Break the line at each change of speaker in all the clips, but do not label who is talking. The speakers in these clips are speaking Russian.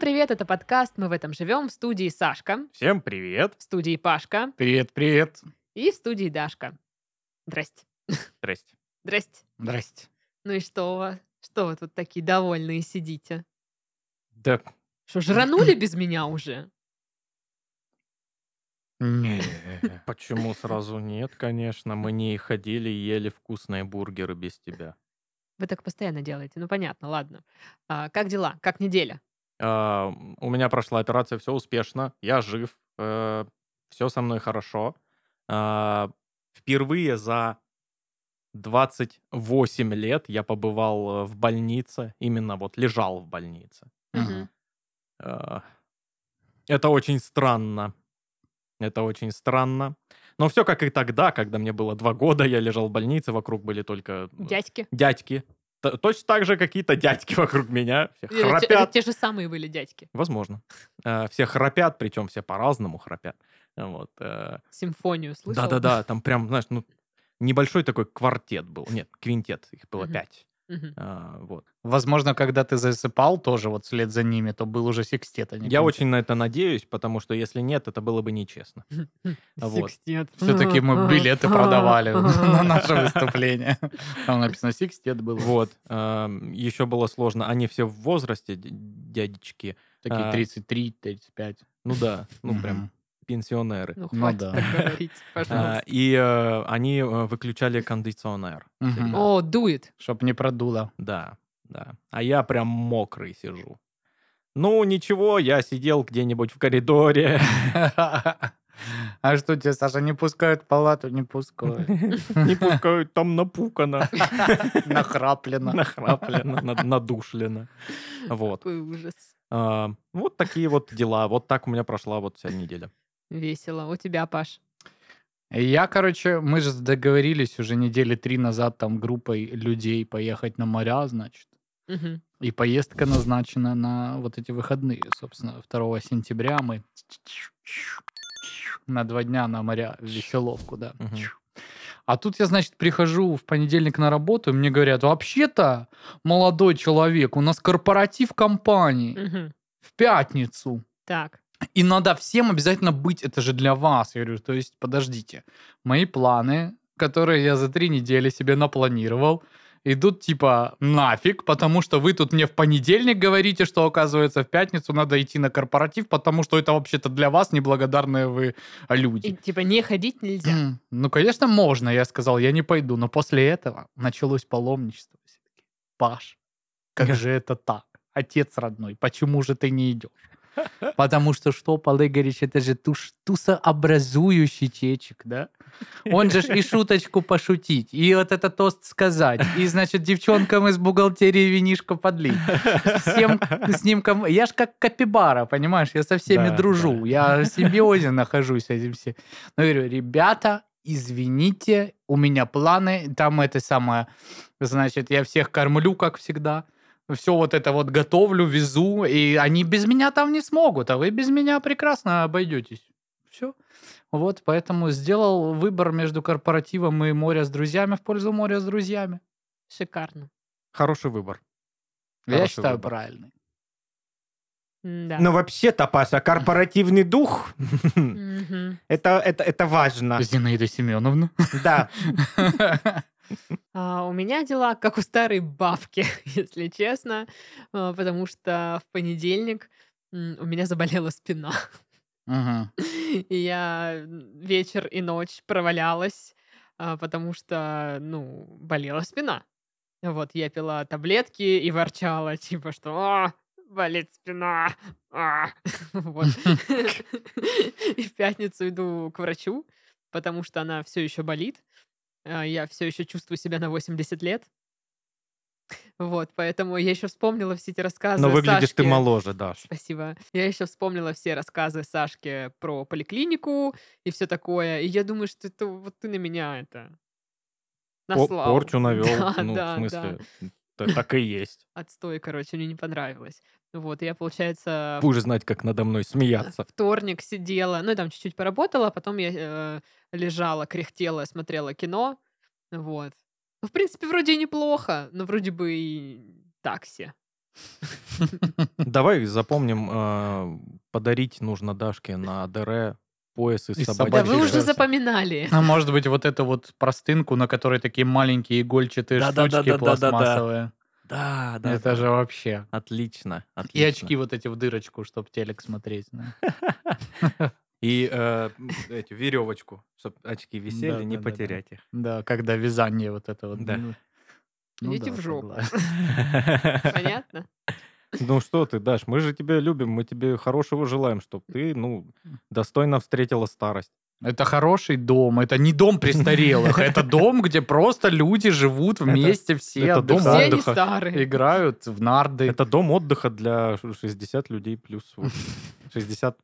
привет, это подкаст «Мы в этом живем» в студии Сашка,
Всем привет.
в студии Пашка
Привет, привет.
и в студии Дашка. Здрасте.
Здрасте.
Здрасте.
Здрасте.
Ну и что у вас? Что вы тут такие довольные сидите?
Да,
Что, жранули без меня уже?
Не.
почему сразу нет, конечно. Мы не ходили и ели вкусные бургеры без тебя.
Вы так постоянно делаете. Ну понятно, ладно. А, как дела? Как неделя?
А, у меня прошла операция, все успешно. Я жив. все со мной хорошо. А, впервые за 28 лет я побывал э, в больнице. Именно вот лежал в больнице.
Мгм.
Э, Это очень странно. Это очень странно. Но все как и тогда, когда мне было два года, я лежал в больнице, вокруг были только э,
Дядьки?
дядьки. Т- Точно так же какие-то дядьки вокруг меня. Все
Или те-
храпят.
это те же самые были дядьки.
Возможно. Э, Все храпят, причем все по-разному храпят. Вот. э,
Симфонию слышал?
Да-да-да, там прям, знаешь, ну, небольшой такой квартет был. Нет, квинтет, их было
Мгм.
пять.
Мгм.
А, Вот.
Возможно, когда ты засыпал тоже вот вслед за ними, то был уже секстет. а не
Я
квинтет.
очень на это надеюсь, потому что если нет, это было бы нечестно. Вот.
Секстет.
Все-таки мы билеты продавали на
Ну,
наше выступление. Там написано секстет был.
Вот. Еще было сложно. Они все в возрасте, дя- дядечки.
Такие
А.
33, 35.
Ну да, ну прям
Мгм.
пенсионеры.
Ну,
Ну
хватит
да.
так говорить,
А,
пожалуйста.
И э, они э, выключали кондиционер.
Мгм.
всегда.
О, дует.
Чтоб не продуло.
Да, да. А я прям мокрый сижу. Ну, ничего, я сидел где-нибудь в коридоре.
А что тебе, Саша, не пускают в палату? Не пускают.
Не пускают, там напукано,
Нахраплено.
нахраплено, над- надушлено. Вот.
Какой ужас.
А, Вот такие вот дела. Вот так у меня прошла вот вся неделя.
Весело. У тебя, Паш.
Я, короче, мы же договорились уже недели три назад там группой людей поехать на моря, значит.
Мгм.
И поездка назначена на вот эти выходные, собственно, 2 сентября мы на два дня на моря в веселовку, да.
Мгм.
А тут я, значит, прихожу в понедельник на работу, и мне говорят, вообще-то, молодой человек, у нас корпоратив компании
Мгм.
в пятницу.
Так.
И надо всем обязательно быть, это же для вас. Я говорю, то есть, подождите, мои планы, которые я за три недели себе напланировал, идут типа нафиг, потому что вы тут мне в понедельник говорите, что оказывается в пятницу надо идти на корпоратив, потому что это вообще-то для вас неблагодарные вы люди.
И, типа не ходить нельзя.
М, Ну, конечно, можно, я сказал, я не пойду, но после этого началось паломничество. Все такие, Паш, как же это так? Отец родной, почему же ты не идешь? Потому что что, Пал Игоревич, это же туш, тусообразующий чечек, да? Он же ж и шуточку пошутить, и вот это тост сказать, и, значит, девчонкам из бухгалтерии винишко подлить. Всем с ним... ком- Я ж как капибара, понимаешь? Я со всеми
Да,
дружу,
да.
я в симбиозе нахожусь с этим всем. Но я говорю, ребята, извините, у меня планы, там это самое, значит, я всех кормлю, как всегда, все вот это вот готовлю, везу, и они без меня там не смогут, а вы без меня прекрасно обойдетесь. Все. Вот, поэтому сделал выбор между корпоративом и моря с друзьями в пользу моря с друзьями.
Шикарно.
Хороший выбор.
я
Хороший
считаю,
выбор.
правильный.
Да.
Ну,
Но вообще-то, Паша, корпоративный дух, это, это, это
А.
важно.
Зинаида Семеновна.
Да.
А, у меня дела как у старой бабки, если честно, А, потому что в понедельник м, у меня заболела спина.
Мгм.
И я вечер и ночь провалялась, а, потому что, ну, болела спина. Вот, я пила таблетки и ворчала, типа, что «А, болит спина. а». Вот. И в пятницу иду к врачу, потому что она все еще болит. А, Я все еще чувствую себя на 80 лет. Вот, поэтому я еще вспомнила все эти рассказы.
Но выглядишь ты
Сашки.
моложе, Даш.
Спасибо. Я еще вспомнила все рассказы Сашки про поликлинику и все такое. И я думаю, что это вот ты на меня это
По-
наслал.
Порчу навел.
Да,
ну,
да,
в смысле, т- так и есть.
Отстой, короче, мне не понравилось. Вот, и я, получается,
Будешь знать, как надо мной смеяться.
вторник сидела, ну, я там чуть-чуть поработала, потом я э, лежала, кряхтела, смотрела кино. Вот. Ну, в принципе, вроде и неплохо, но вроде бы и такси.
Давай запомним, э, подарить нужно Дашке на ДР пояс из
Из
собачьей
Да
собачьей
вы уже
шерсти.
запоминали.
А может быть, вот эту вот простынку, на которой такие маленькие игольчатые
Да-да-да-да-да-да.
штучки пластмассовые.
Да, да.
Это же вообще.
Отлично, отлично.
И очки вот эти в дырочку, чтобы телек смотреть. ну.
И э, эти, веревочку, чтобы очки висели, не
Да-да-да-да.
потерять их.
Да, когда вязание вот это вот.
Да.
ну, ну
Идите
да,
в жопу.
согласен.
Понятно?
Ну что ты, Даш, мы же тебя любим, мы тебе хорошего желаем, чтобы ты, ну, достойно встретила старость.
Это хороший дом. Это не дом престарелых. Это дом, где просто люди живут вместе все.
это дом
Все
отдыхают,
они
отдыха.
старые.
Играют в нарды.
Это дом отдыха для ш- 60 людей плюс. вот. 60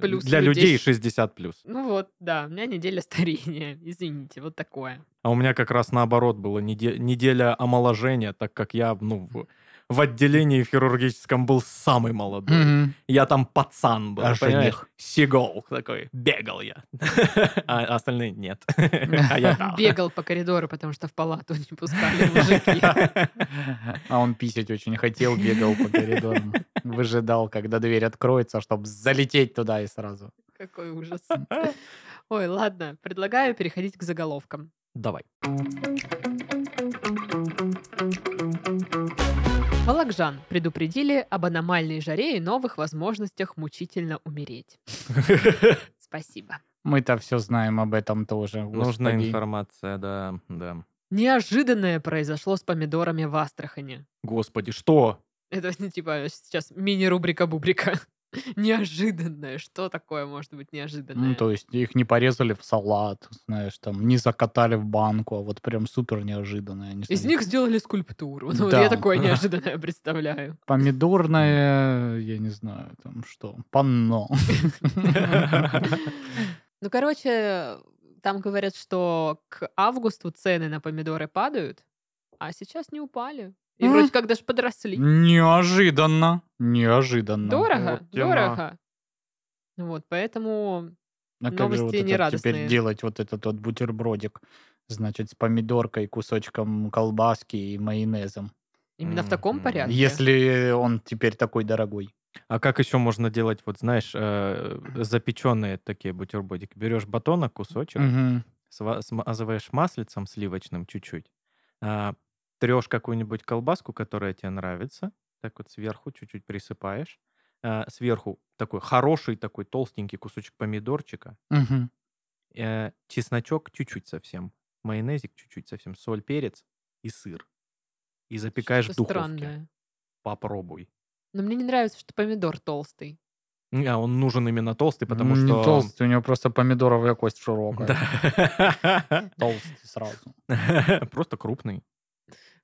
Плюс
для
людей.
людей 60 плюс.
Ну вот, да, у меня неделя старения, извините, вот такое.
А у меня как раз наоборот было неде- неделя омоложения, так как я, ну, в, в отделении хирургическом был самый молодой.
Мгм.
Я там пацан был,
А
понимаешь?
жених?
Сигол такой, бегал я. А остальные нет. А я да.
Бегал по коридору, потому что в палату не пускали мужики.
А он писать очень хотел, бегал по коридорам. Выжидал, когда дверь откроется, чтобы залететь туда и сразу.
Какой ужас. Ой, ладно, предлагаю переходить к заголовкам.
Давай.
Вологжан предупредили об аномальной жаре и новых возможностях мучительно умереть. Спасибо.
Мы-то все знаем об этом тоже.
Нужна
господи.
информация, да, да.
Неожиданное произошло с помидорами в Астрахани.
Господи, что?
Это ну, типа сейчас мини-рубрика бубрика. Неожиданное. Что такое может быть неожиданное?
Ну, то есть их не порезали в салат, знаешь, там, не закатали в банку, а вот прям супер неожиданно. я не
Из
знаю.
них сделали скульптуру. Ну, вот
Да.
я такое неожиданное представляю.
Помидорное, я не знаю, там что, панно.
Ну, короче, там говорят, что к августу цены на помидоры падают, а сейчас не упали. И
М.
вроде как даже подросли.
Неожиданно, неожиданно.
Дорого,
ну, вот тема.
дорого. Вот, поэтому
А как же вот
Новости
это
нерадостные.
теперь делать вот этот вот бутербродик? Значит, с помидоркой, кусочком колбаски и майонезом.
именно в таком
Мгм.
порядке.
Если он теперь такой дорогой.
А как еще можно делать, вот знаешь, запеченные такие бутербродики? Берешь батонок, кусочек,
Мгм.
сва- смазываешь маслицем сливочным чуть-чуть, а, трешь какую-нибудь колбаску, которая тебе нравится, так вот сверху чуть-чуть присыпаешь, а, сверху такой хороший такой толстенький кусочек помидорчика,
Мгм.
э, чесночок чуть-чуть совсем, майонезик чуть-чуть совсем, соль, перец и сыр. И запекаешь
Что
в духовке.
странное.
Попробуй.
Но мне не нравится, что помидор толстый.
Не, А он нужен именно толстый, потому
Не
что...
толстый, у него просто помидоровая кость широкая.
Да.
Толстый сразу.
Просто крупный.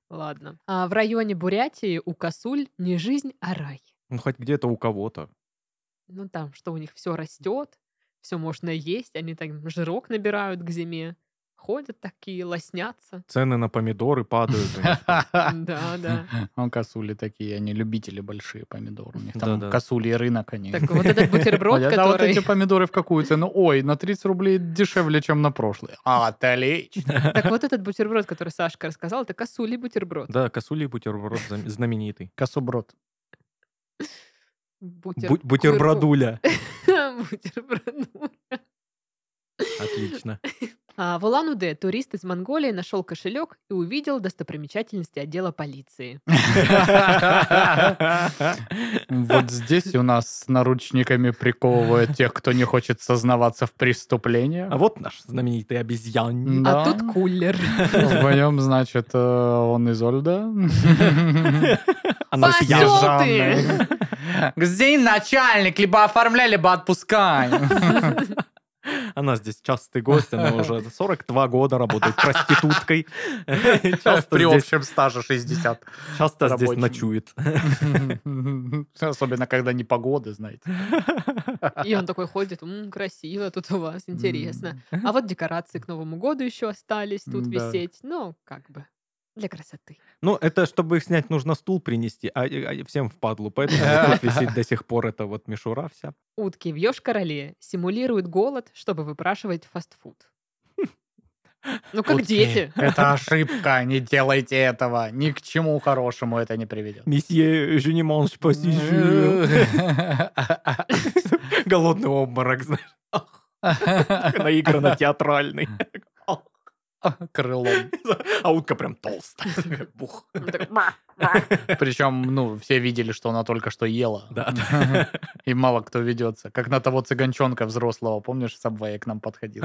Ладно. А в районе Бурятии у косуль не жизнь, а рай.
Ну, хоть где-то у кого-то.
Ну, там, что у них все растет, все можно есть, они там жирок набирают к зиме. Ходят такие, лоснятся.
Цены на помидоры падают. у них там.
Да, да.
Он косули такие, они любители большие помидоры. У них там
Да-да.
косули и рынок они.
Так вот этот бутерброд,
Ой, а да, вот
который...
эти помидоры в какую цену? Ой, на 30 рублей дешевле, чем на прошлый. Отлично.
Так вот этот бутерброд, который Сашка рассказал, это косули бутерброд.
Да, косулий бутерброд зам- знаменитый.
Косуброд.
Бутер-
Бу- Бутербродуля.
Бутерброд.
Отлично.
А, В Улан-Удэ турист из Монголии нашел кошелек и увидел достопримечательности отдела полиции. А
А
Вот здесь у нас с наручниками приковывают тех, кто не хочет сознаваться в преступлениях.
А вот наш знаменитый обезьян.
А
Да.
тут кулер.
В нем, значит, э, он из Ольда.
Она
Пошёл
съела.
Пошёл ты!
Где начальник? Либо оформляй, либо отпускай.
Она а здесь частый гость, она уже 42 года работает проституткой. Часто
При
здесь-
общем стаже 60.
часто здесь
рабочем.
ночует.
Особенно, когда не погода, знаете.
И он такой ходит, «М, красиво тут у вас, интересно. А вот декорации к Новому году еще остались тут
М, да.
висеть. Ну, как бы, для красоты.
Ну, это чтобы их снять, нужно стул принести, а, а всем впадлу. Поэтому вот тут висит до сих пор эта вот мишура вся.
Утки в Йошкар-Оле симулируют голод, чтобы выпрашивать фастфуд. Ну, как
Окей.
дети.
Это ошибка, не делайте этого. Ни к чему хорошему это не приведет.
Месье, je ne mange pas si je-
Голодный обморок, знаешь, наигранно театральный.
Крылом.
А утка прям толстая. такая, Бух.
Он такой, «Ма».
Причем, ну, все видели, что она только что ела.
Да.
И мало кто ведется. Как на того цыганчонка взрослого, помнишь, Сабвей к нам подходил?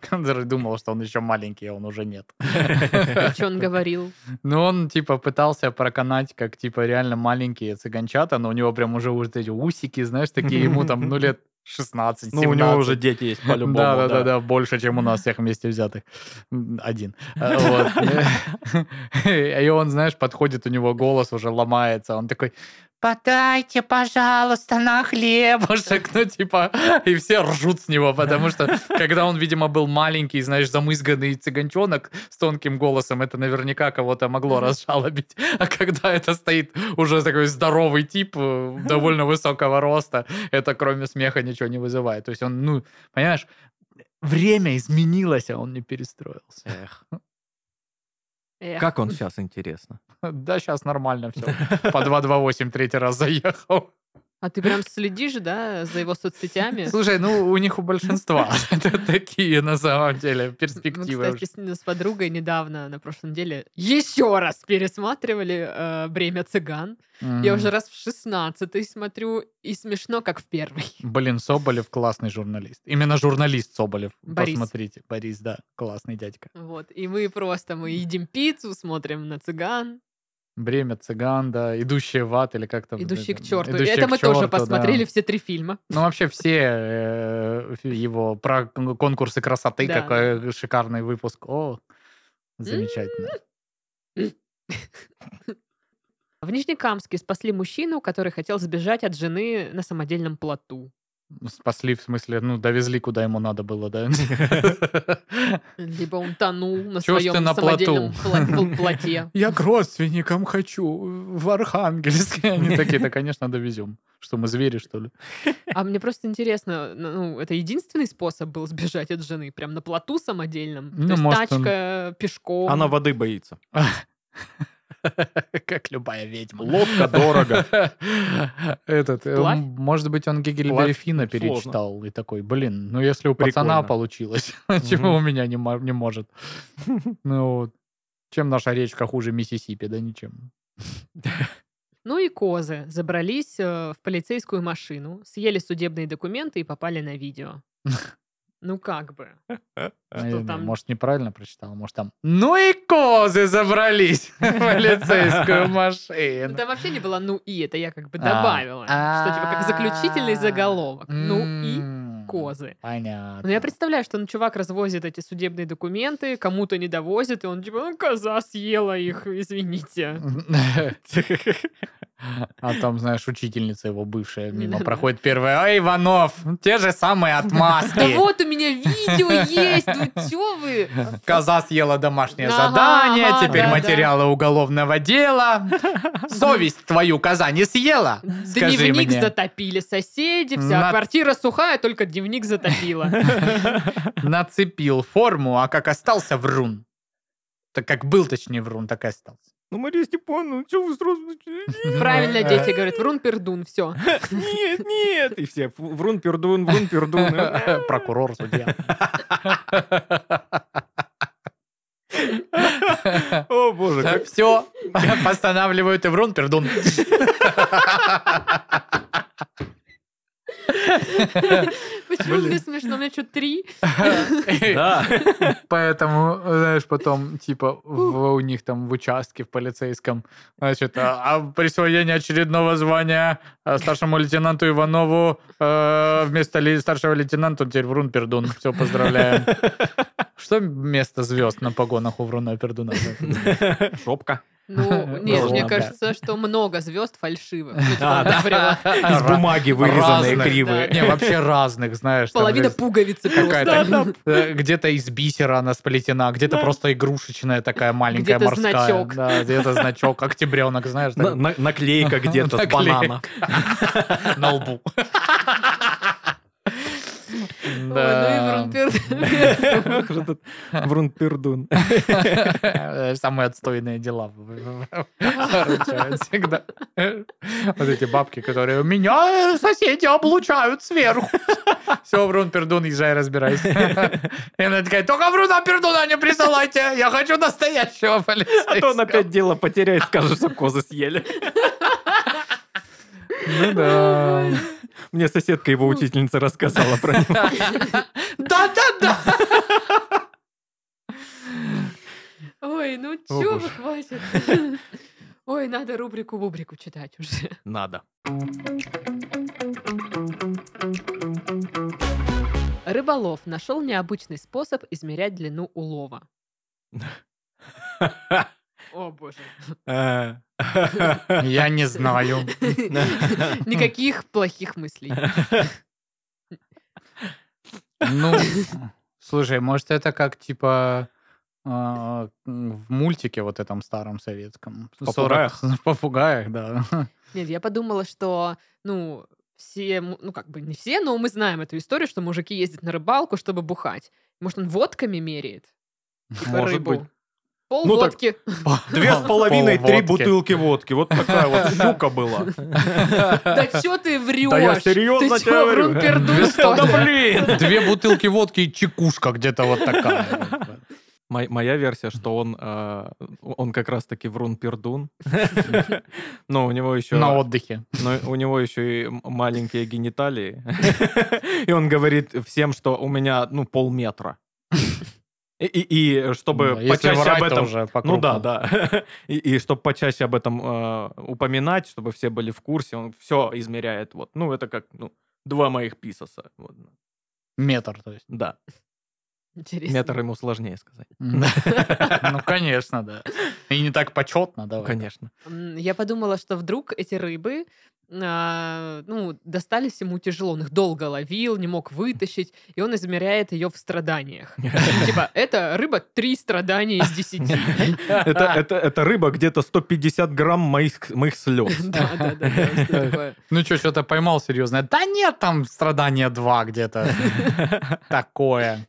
Который думал, что он еще маленький, а он уже нет.
И чё он говорил?
Ну, он, типа, пытался проканать, как, типа, реально маленькие цыганчата, но у него прям уже уже эти усики, знаешь, такие ему там, ну, лет 16
Ну, у него уже дети есть, по-любому.
Да, да, да, да, больше, чем у нас всех вместе взятых. М, Один. Э, вот. И он, знаешь, подходит, у него голос уже ломается. Он такой, подайте, пожалуйста, на хлебушек. Ну, типа, и все ржут с него, потому что, когда он, видимо, был маленький, знаешь, замызганный цыганчонок с тонким голосом, это наверняка кого-то могло разжалобить. А когда это стоит уже такой здоровый тип, э, довольно высокого роста, это кроме смеха ничего не вызывает. То есть он, ну, Понимаешь, время изменилось, а он не перестроился.
Эх,
Эх.
Как он сейчас, интересно?
Да, сейчас нормально все. По 228 третий раз заехал.
А ты прям следишь, да, за его соцсетями?
Слушай, ну у них у большинства это такие на самом деле
Мы,
перспективы.
Ну, кстати,
уже.
с, с подругой недавно, на прошлой неделе, еще раз пересматривали э, «Бремя цыган». Я уже раз в 16 смотрю, и смешно, как в первый.
Блин, Соболев классный журналист. Именно журналист Соболев.
Борис.
Посмотрите. Борис, да, классный дядька.
Вот. И мы просто, мы едим пиццу, смотрим на цыган,
Бремя цыган, да, идущие в ад или как там.
идущий
да,
к черту.
«Идущие
Это
к
мы тоже
чёрту», да.
посмотрели все три фильма.
Ну, вообще все э, фи- его про кон- конкурсы красоты,
Да.
какой шикарный выпуск. О, замечательно.
В Нижнекамске спасли мужчину, который хотел сбежать от жены на самодельном плоту.
Спасли, в смысле, ну, довезли, куда ему надо было, да?
Либо он тонул на
Чё ж ты
своем
на
самодельном
плоту?
пла- пл- плоте.
Я к родственникам хочу, в Архангельск. Они такие, да, конечно, довезем. Что, мы звери, что ли?
А мне просто интересно, ну, это единственный способ был сбежать от жены? Прям на плоту самодельном?
Ну,
То есть
может, он-
тачка, пешком?
Она воды боится.
Как любая ведьма.
Лодка дорого.
Этот, э,
Вплавь? Ну,
м, может быть, он Гегельбери
Вплавь
Финна
сложно.
перечитал и такой, блин, ну если у пацана
Прикольно.
получилось, чего у меня не мо- не может? Ну, вот. чем наша речка хуже Миссисипи? Да ничем.
Ну и козы забрались э, в полицейскую машину, съели судебные документы и попали на видео. Ну как бы.
Наверное,
А там?
Может, неправильно прочитал, может, там... Ну и козы забрались в полицейскую
Ну,
машину.
там вообще не было «ну и», это я как бы
А.
добавила. Что типа как заключительный
А.
заголовок. Ну и
М,
козы.
М-м. Понятно.
Ну я представляю, что ну, чувак развозит эти судебные документы, кому-то не довозит, и он типа «ну коза съела их, извините».
А там, знаешь, учительница его бывшая мимо
Да-да.
проходит первая. А, Иванов, те же самые
Да
отмазки.
вот у меня видео есть, ну чё вы?
Коза съела домашнее
Ага,
задание,
ага,
теперь
да-да.
материалы уголовного дела. Совесть твою коза не съела. Скажи
Дневник
мне.
затопили соседи, вся
На-
квартира сухая, только дневник затопила.
Нацепил форму, а как остался врун. Так как был, точнее, врун, так и остался.
Ну, Мария Степановна, ну что вы сразу начали?
Ну
Правильно дети говорят, врун-пердун, все.
Нет, нет! И все, фу, врун, пердун, врун,
Ну,
пердун.
Прокурор, судья.
О, боже, как
Все, постанавливают и врун, пердун.
Почему мне смешно? У меня что, три?
Да.
Поэтому, знаешь, потом, типа, в- у них там в участке, в полицейском, значит, а, а присвоение очередного звания а, старшему лейтенанту Иванову э, вместо ли- старшего лейтенанта он теперь Врун Пердун. Все, поздравляем. Что вместо звезд на погонах у Вруна Пердуна?
Шопка.
Ну, не,
Ну,
мне
ладно.
кажется, что много звезд фальшивых. Ну, типа,
А, да.
прямо
Из бумаги вырезанные
Разные.
кривые.
Не, вообще разных, знаешь. там
Половина
есть
пуговицы просто.
Какая-то э, где-то из бисера она сплетена, где-то просто игрушечная такая маленькая
Где-то
морская.
значок.
Да, где-то значок, октябренок, знаешь,
На-
так,
на- Наклейка где-то с банана.
на лбу. Да.
Ой, ну и врунпир.
Ох, этот Врунпирдун.
Самые отстойные дела выручают всегда. Вот эти бабки, которые у меня соседи облучают сверху. Все, Врун Пердун, езжай, разбирайся. И она такая, только Вруна Пердуна не присылайте, я хочу настоящего полицейского.
А то он опять дело потеряет, скажет, что козы съели.
Ну да.
Мне соседка его учительница рассказала про него.
Да-да-да.
Ой, ну
О,
чё
боже.
вы, хватит. Ой, надо рубрику-бубрику читать уже.
Надо.
Рыболов нашел необычный способ измерять длину улова. О, боже.
Э,
Я не знаю.
Никаких плохих мыслей.
Ну, слушай, может, это как типа а, в мультике вот этом старом советском.
В
40
попугаях?
В попугаях, да.
Нет, я подумала, что, ну, все, м- ну, как бы не все, но мы знаем эту историю, что мужики ездят на рыбалку, чтобы бухать. Может, он водками меряет? Типа
Может
рыбу.
быть.
Пол
Ну, так-
водки.
Две с половиной, три
Пол водки.
бутылки водки. Вот такая вот щука была.
Да чё ты врешь?
Да я серьезно
Ты чё,
тебе говорю.
врун-пердун, что ли?
Да блин!
Две бутылки водки и чекушка где-то вот такая.
Мой- Моя версия, что он, э, он как раз-таки врун-пердун. Но у него еще...
На отдыхе.
Но у него еще и м- маленькие гениталии. И он говорит всем, что у меня, ну, полметра. И, и- и чтобы
Да, Ну, а Если
почаще
врать,
об
то
этом...
уже по
Ну
кругу.
да, да. И, и чтобы почаще об этом э, упоминать, чтобы все были в курсе, он все измеряет. Вот. Ну, это как ну, два моих писоса. Вот. ну,
Метр, то есть.
Да,
Интересно.
метр ему сложнее сказать.
Ну, конечно, да. И не так почетно,
Ну,
давай.
Конечно.
М, Я подумала, что вдруг эти рыбы, а, ну, достались ему тяжело, он их долго ловил, не мог вытащить, и он измеряет ее в страданиях. Типа, это рыба три страдания из десяти.
Это, это, это рыба где-то 150 грамм моих, моих слез.
Да, да, да, да, что такое.
Ну что, что-то поймал серьезное. Да нет, там страдания два где-то. Такое.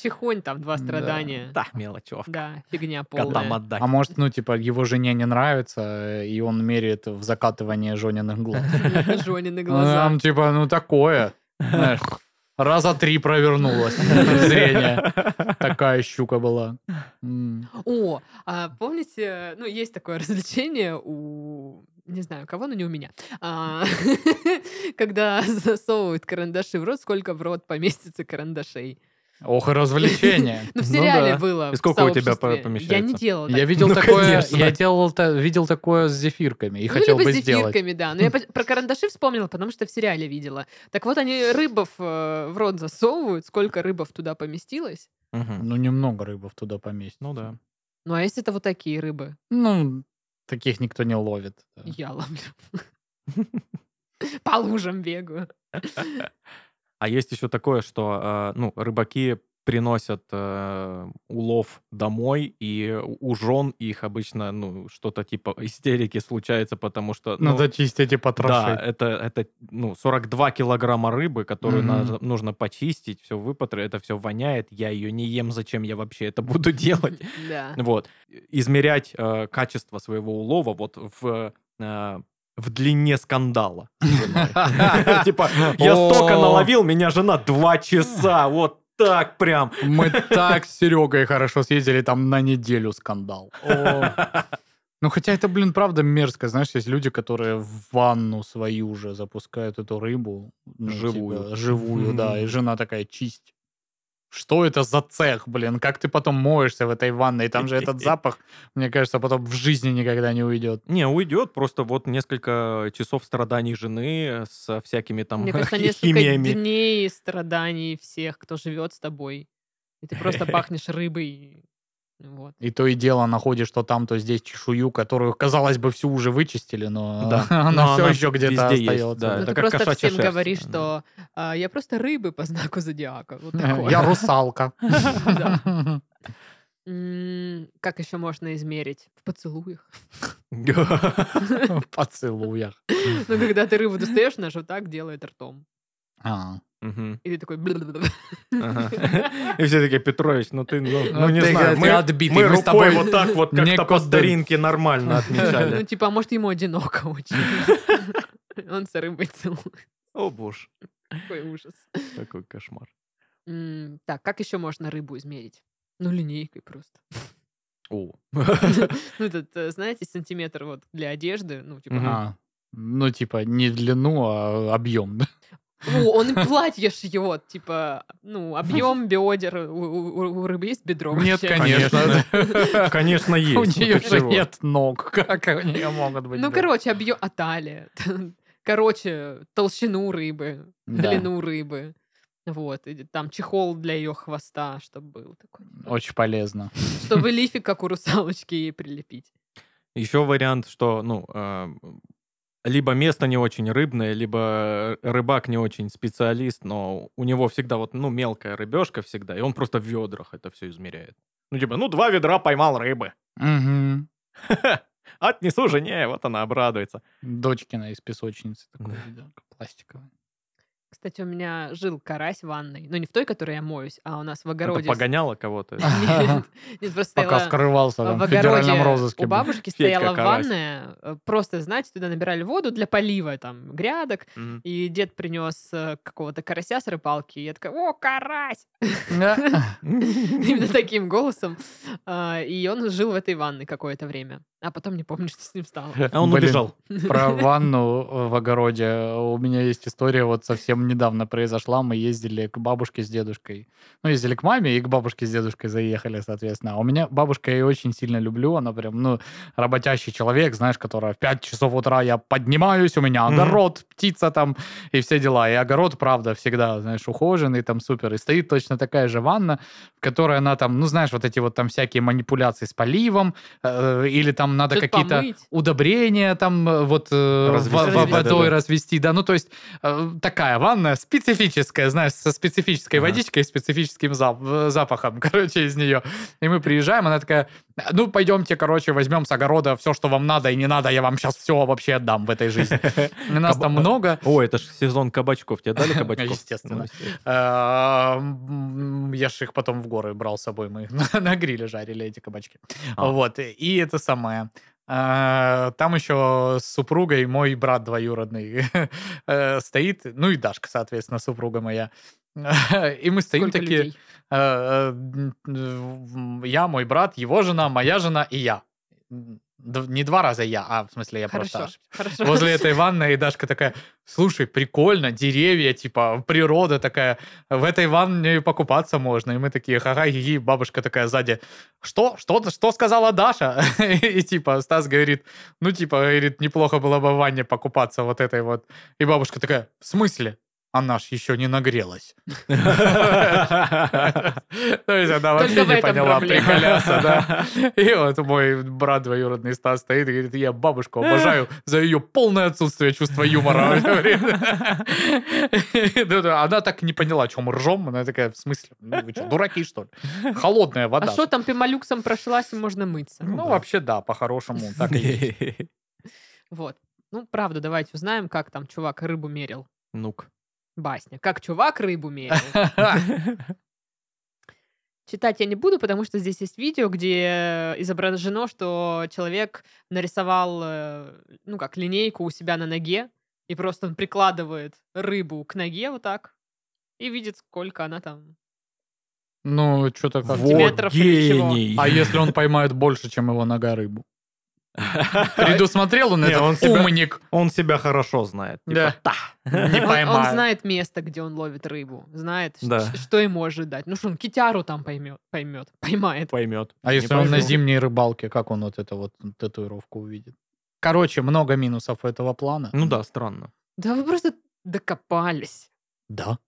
Чехонь там, два
Да.
страдания.
Да, мелочевка.
Да, фигня
Котам
полная.
отдать.
А может, ну, типа, его жене не нравится, и он меряет в закатывание жениных глаз.
Жонины
Ну, Там,
глаза.
типа, ну, такое. Знаешь, раза три провернулось зрение. Такая щука была. М.
О, а помните, ну, есть такое развлечение у... Не знаю, у кого, но не у меня. А, Когда засовывают карандаши в рот, сколько в рот поместится карандашей.
Ох, и развлечение.
Ну, в
Ну
сериале
да.
было.
И
в
сколько у тебя по-
сообществе. Я не
помещается?
делала так.
Я видел
Ну,
такое,
конечно.
я делал, та- видел такое с зефирками и
Ну,
хотел
либо
бы
с
сделать.
зефирками, да. Но я по- про карандаши вспомнила, потому что в сериале видела. Так вот, они рыбов э, в рот засовывают, сколько рыбов туда поместилось.
Мгм.
Ну, немного рыбов туда поместить.
Ну да.
Ну, а если это вот такие рыбы?
Ну, таких никто не ловит. да.
Я ловлю. По лужам бегаю.
А есть еще такое, что э, ну, рыбаки приносят э, улов домой, и у жен их обычно ну, что-то типа истерики случается, потому что... ну,
Надо чистить и
да,
потрошить.
это, это ну, 42 килограмма рыбы, которую
Мгм.
надо- нужно почистить, все выпотрошить, это все воняет, я ее не ем, зачем я вообще это буду делать?
Да.
Вот. Измерять э, качество своего улова вот в, э, в длине скандала. Типа, я столько
О.
наловил, меня жена два часа, вот так прям.
Мы так с Серегой хорошо съездили, там на неделю скандал. О. Ну, хотя это, блин, правда мерзко. Знаешь, есть люди, которые в ванну свою уже запускают эту рыбу. ну,
Живую.
типа, живую, да. И жена такая, чисть. Что это за цех, блин? Как ты потом моешься в этой ванной? Там же этот запах, мне кажется, потом в жизни никогда не уйдет.
Не, уйдет просто вот несколько часов страданий
э,
жены со всякими там
Мне кажется, несколько
химиями.
дней страданий всех, кто живет с тобой. И ты просто пахнешь рыбой. Вот.
И то и дело находишь, что там, то здесь чешую, которую, казалось бы, всю уже вычистили, но
Да. Но
она все
она
еще где-то
везде есть,
остается.
да.
Ну,
это
ты
как
просто
кошачья
всем
шерсть,
говоришь,
да.
что «А, я просто рыбы по знаку зодиака. Вот такое.
Э, Я русалка.
Да. М, Как еще можно измерить? В поцелуях.
В поцелуях.
Ну, когда ты рыбу достаешь, она же вот так делает ртом.
А,
Мгм.
И ты такой... «Блю-блю-блю».
Ага.
И все такие, Петрович, ну ты, ну, ну,
Ну,
не
ты,
знаю,
ты
мы,
отбитый,
мы
мы с
рукой
тобой
вот так вот
не
как-то по
косты.
старинке нормально
Ну,
отмечали.
типа, может, ему одиноко очень. Он с рыбой целует.
О, боже,
Какой ужас.
какой кошмар.
М, Так, как еще можно рыбу измерить? Ну, линейкой просто.
О,
Ну, этот, э, знаете, сантиметр вот для одежды, ну,
Мгм.
типа...
А, ну, типа, не длину, а объем. да?
О, ну, он и платье шьет, типа, ну, объем бедер. У- У у рыбы есть бедро
Нет,
вообще?
конечно.
Конечно,
У
есть. ну,
нее
ты
же
чего?
нет ног. Как у нее могут быть?
Ну,
да?
короче, объем... А талия? Короче, толщину рыбы,
Да.
длину рыбы. Вот, и там чехол для ее хвоста, чтобы был такой.
Очень полезно.
Чтобы лифик, как у русалочки, ей прилепить.
Еще вариант, что, ну, а, м, либо место не очень рыбное, либо рыбак не очень специалист, но у него всегда вот, ну, мелкая рыбешка всегда, и он просто в ведрах это все измеряет. Ну, типа, ну, два ведра поймал рыбы.
Мгм.
Отнесу жене, вот она обрадуется.
Дочкина из песочницы. такой
Да.
ребенок, Пластиковый.
Кстати, у меня жил карась в ванной. Ну, не в той, которой я моюсь, а у нас в
Это
огороде...
погоняло кого-то.
Нет, нет, просто
Пока
стояла-
скрывался
в
там, в федеральном
огороде
розыске.
у
был.
бабушки
Федька
стояла
Карась.
ванная. э, Просто, знаете, туда набирали воду для полива, там, грядок.
Мгм.
И дед принес э, какого-то карася с рыбалки. И я такая, о, карась!
Да.
Именно таким голосом. А, И он жил в этой ванной какое-то время. А потом не помню, что с ним стало.
А он
Блин,
убежал.
Про ванну э, в огороде. У меня есть история, вот совсем недавно произошла. Мы ездили к бабушке с дедушкой. Ну, ездили к маме и к бабушке с дедушкой заехали, соответственно. А у меня бабушка, я ее очень сильно люблю. Она прям, ну, работящий человек, знаешь, которая в 5 часов утра я поднимаюсь, у меня
Мгм.
огород, птица там и все дела. И огород, правда, всегда, знаешь, ухоженный, там супер. И стоит точно такая же ванна, в которой она там, ну, знаешь, вот эти вот там всякие манипуляции с поливом, э, или там надо
Что-то
какие-то
помыть.
удобрения там э, вот э,
Развести,
во- во-
да-да-да.
водой развести, да, ну то есть э, такая ванна специфическая, знаешь, со специфической
Ага.
водичкой, специфическим зап- э, запахом, короче, из нее. И мы приезжаем, она такая, ну пойдемте, короче, возьмем с огорода все, что вам надо и не надо, я вам сейчас все вообще отдам в этой жизни. И Нас там много.
О, это же сезон кабачков. Тебе дали кабачков?
Естественно.
Ну, естественно.
Э, м, Я же их потом в горы брал с собой, мы их на на гриле жарили эти кабачки.
А.
Вот, и- и это самое. А, Там еще с супругой мой брат двоюродный э, стоит, ну и Дашка, соответственно, супруга моя. И мы стоим
Сколько
такие,
людей?
э, э, м, м, я, мой брат, его жена, моя жена и я. М, д- Не два раза я, а в смысле я просто
Хорошо,
ошибся
хорошо.
возле этой ванны, и Дашка такая, слушай, прикольно, деревья, типа, природа такая, в этой ванне покупаться можно. И мы такие, ха-ха, хи бабушка такая сзади, что, что, что сказала Даша? И типа, Стас говорит, ну, типа, говорит, неплохо было бы в ванне покупаться вот этой вот. И бабушка такая, в смысле? Она ж еще не нагрелась. То есть она вообще
Только в
не
этом
поняла,
проблема.
приколяться, да. И вот мой брат двоюродный Стас стоит и говорит, я бабушку обожаю за ее полное отсутствие чувства юмора. Говорит. Да-да, Она так и не поняла, чем мы ржем. Она такая, в смысле? Ну, вы что, дураки, что ли? Холодная
А
вода.
что там пемолюксом прошлась, и можно мыться?
Ну, вообще, да, по-хорошему. Так и есть.
Вот. Ну, правда, давайте узнаем, как там чувак рыбу мерил.
Ну-ка.
Басня. Как чувак рыбу мерил. Читать я не буду, потому что здесь есть видео, где изображено, что человек нарисовал, э, ну как, линейку у себя на ноге, и просто он прикладывает рыбу к ноге вот так, и видит, сколько она там.
Ну, что-то как
Сантиметров или чего?
гений.
А если он поймает больше, чем его нога рыбу? Предусмотрел он
Не,
этот
он себя-
умник.
Он себя хорошо знает.
Да.
Типа, «Та,
Не
Он, он
поймает.
знает место, где он ловит рыбу, знает, ш-
Да.
ш- что ему ожидать. Ну что, он китяру там поймет, поймет, поймает.
Поймет.
А
Не
если он на
поймет.
зимней рыбалке, как он вот эту вот татуировку увидит? Короче, много минусов у этого плана.
Ну да, странно.
Да вы просто докопались
Да.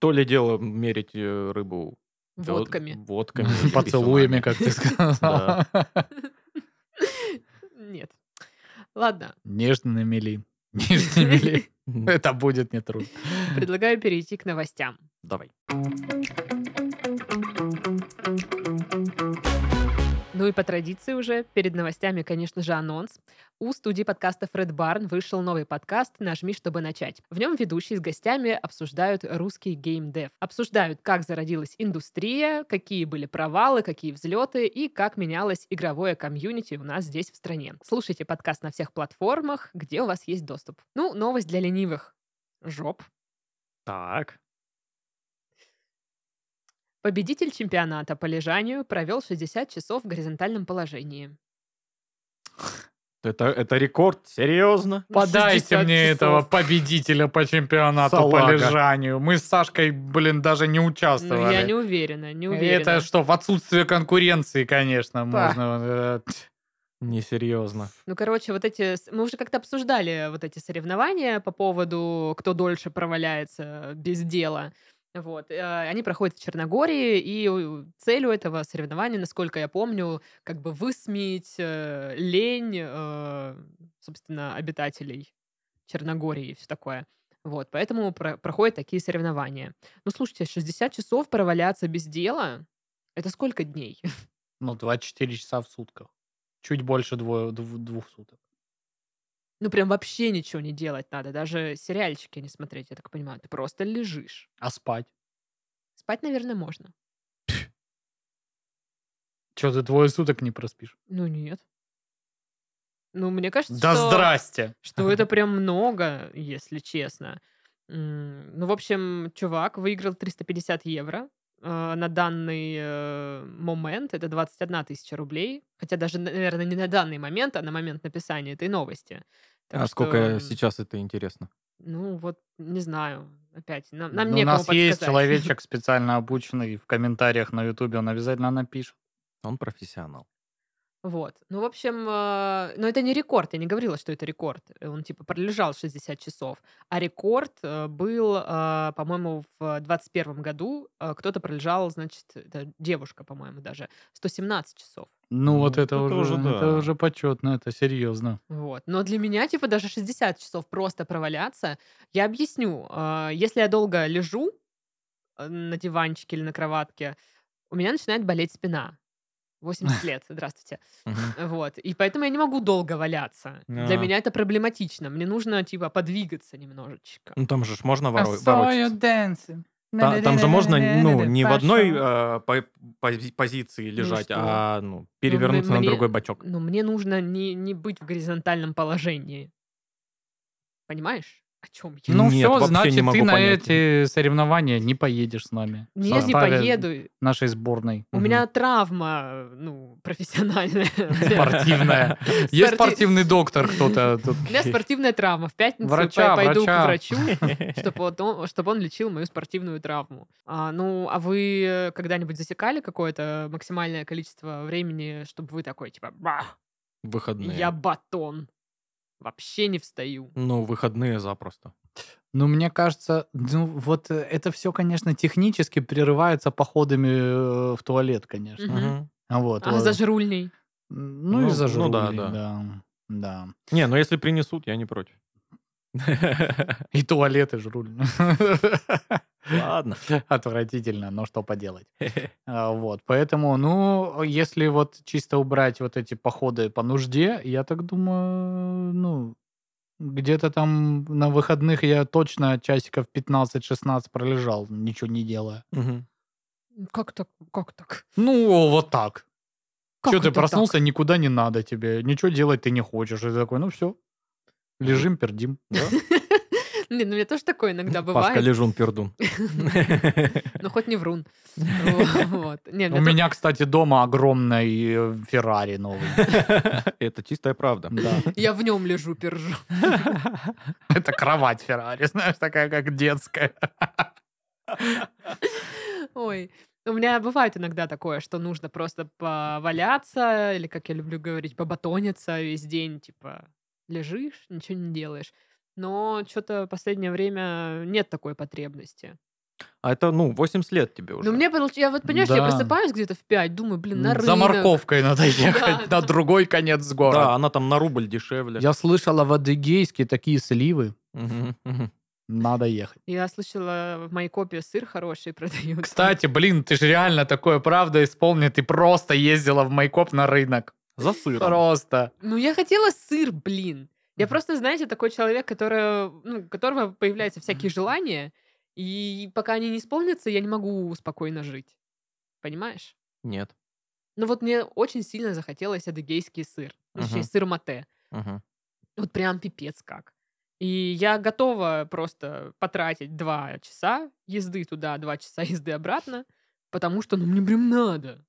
То ли дело мерить э, рыбу вё-
водками.
водками,
Поцелуями,
бисерами.
как ты сказал.
Нет. Ладно,
Нежными ли? Нижними ли?
Мгм.
Это будет нетрудно.
предлагаю перейти к новостям.
Давай.
Ну и по традиции уже перед новостями, конечно же, анонс. у студии подкастов Red Barn вышел новый подкаст «Нажми, чтобы начать». В нем ведущие с гостями обсуждают русский геймдев. Обсуждают, как зародилась индустрия, какие были провалы, какие взлеты и как менялось игровое комьюнити у нас здесь в стране. Слушайте подкаст на всех платформах, где у вас есть доступ. Ну, новость для ленивых. Жоп.
Так.
Победитель чемпионата по лежанию провел 60 часов в горизонтальном положении.
Это, это рекорд, серьезно?
Подайте
60 Ну,
мне
часов.
этого победителя по чемпионату по
Салага.
лежанию. Мы с Сашкой, блин, даже не
Ну,
участвовали.
я не уверена, не
И
уверена.
Это что, в отсутствие конкуренции, конечно,
Да.
можно. э, ть.
Несерьезно.
Ну, короче, вот эти... с- Мы уже как-то обсуждали вот эти соревнования по поводу, кто дольше проваляется без дела. Вот. э, Они проходят в Черногории, и у- цель у этого соревнования, насколько я помню, как бы высмеять э, лень, э, собственно, обитателей Черногории и все такое. Вот, поэтому про- проходят такие соревнования. Ну, слушайте, 60 часов проваляться без дела — это сколько дней?
Ну, 24 часа в сутках. Чуть больше двое- дв- двух суток.
Ну, прям вообще ничего не делать надо. Даже сериальчики не смотреть, я так понимаю. Ты просто лежишь.
А спать?
Спать, наверное, можно.
Че ты двое суток не проспишь?
Ну, нет. Ну, мне кажется,
Да
что,
здрасте!
что это прям много, если честно. М, Ну, в общем, чувак выиграл 350 евро. Э, На данный э, момент это 21 тысяча рублей. Хотя даже, наверное, не на данный момент, а на момент написания этой новости. Так
а
что,
сколько сейчас это интересно?
Ну, вот, не знаю. Опять, нам, нам
Ну, У
некому
нас есть
подсказать.
человечек специально обученный в комментариях на Ютубе, он обязательно напишет.
Он профессионал.
Вот. Ну, в общем, э, но это не рекорд. Я не говорила, что это рекорд. Э, Он, типа, пролежал 60 часов. А рекорд э, был, э, по-моему, в 21 году. э, Кто-то пролежал, значит, это девушка, по-моему, даже, 117 часов.
Ну,
Ну,
вот это,
это
уже,
уже да.
это уже почетно, это серьезно.
Вот. Но для меня, типа, даже 60 часов просто проваляться. Я объясню. А, Если я долго лежу э, на диванчике или на кроватке, у меня начинает болеть спина. 80 лет, здравствуйте.
Мгм.
Вот. И поэтому я не могу долго валяться. Для
А.
меня это проблематично. Мне нужно, типа, подвигаться немножечко.
Ну, там же ж можно
А
воро- ворочаться. Та- Там же можно, ну, не в одной э, по- пози- позиции лежать,
что?
а ну, перевернуться на
мне-
другой бочок.
Но мне нужно не, не быть в горизонтальном положении. Понимаешь? О чем я?
Ну
Нет,
все,
вообще не
значит, ты
могу
на
понять.
эти соревнования не поедешь с нами.
Не,
В
я не
составе
поеду.
Нашей сборной.
У
Мгм.
меня травма, ну, профессиональная.
Спортивная. Есть
Спорти-
спортивный доктор кто-то тут.
У меня спортивная травма. В пятницу
Врача,
пой- пойду
врача.
к врачу, чтобы он, чтоб он лечил мою спортивную травму. А, ну, а вы э, когда-нибудь засекали какое-то максимальное количество времени, чтобы вы такой, типа, «Бах,
Ну,
Выходные.
я батон, вообще не встаю.
Ну, выходные запросто.
Ну, мне кажется, ну, вот э, это все, конечно, технически прерывается походами э, в туалет, конечно.
Мгм.
Мгм.
А Вот,
А
вот.
зажрульный?
Ну, и
Ну,
за
ну да,
жрули,
да.
да. Да.
Не, ну если принесут, я не против.
И туалеты жруль.
Ладно.
Отвратительно, но что поделать. А, Вот, поэтому, ну, если вот чисто убрать вот эти походы по нужде, я так думаю, ну, где-то там на выходных я точно часиков 15-16 пролежал, ничего не делая.
Мгм.
Как так? Как так?
Ну, вот так.
Как
Че ты
это
проснулся,
так?
никуда не надо тебе, ничего делать ты не хочешь. И ты такой, ну все, лежим, пердим.
Не, ну, у меня тоже такое иногда
Пашка
бывает.
лежун пердун.
Ну, хоть не врун. Вот. Не,
У
то-
меня, кстати, дома огромный э, Феррари новый.
Это чистая правда.
Да.
Я в нем лежу, пержу.
Это кровать Феррари, знаешь, такая как детская.
Ой, у меня бывает иногда такое, что нужно просто поваляться, или, как я люблю говорить, побатониться весь день, типа, лежишь, ничего не делаешь. Но что-то последнее время нет такой потребности.
А это, ну, 80 лет тебе уже.
Ну, мне, получ- я вот, понимаешь, я
Да.
просыпаюсь где-то в 5, думаю, блин, на рынок.
За морковкой надо ехать
да.
на другой конец
Да,
города.
она там на рубль дешевле.
Я слышала в Адыгейске такие сливы.
Мгм, мгм.
Надо ехать.
Я слышала, в Майкопе сыр хороший продают.
Кстати, блин, ты же реально такое правда исполнил. Ты просто ездила в Майкоп на рынок.
За сыром.
Просто.
Ну, я хотела сыр, блин. Я просто, знаете, такой человек, который, ну, у которого появляются всякие желания, и пока они не исполнятся, я не могу спокойно жить. Понимаешь?
Нет.
Ну вот мне очень сильно захотелось адыгейский сыр. Ну, Точнее,
Мгм.
сыр мате.
Мгм.
Вот прям пипец как. И я готова просто потратить два часа езды туда, два часа езды обратно, потому что, ну, мне прям надо.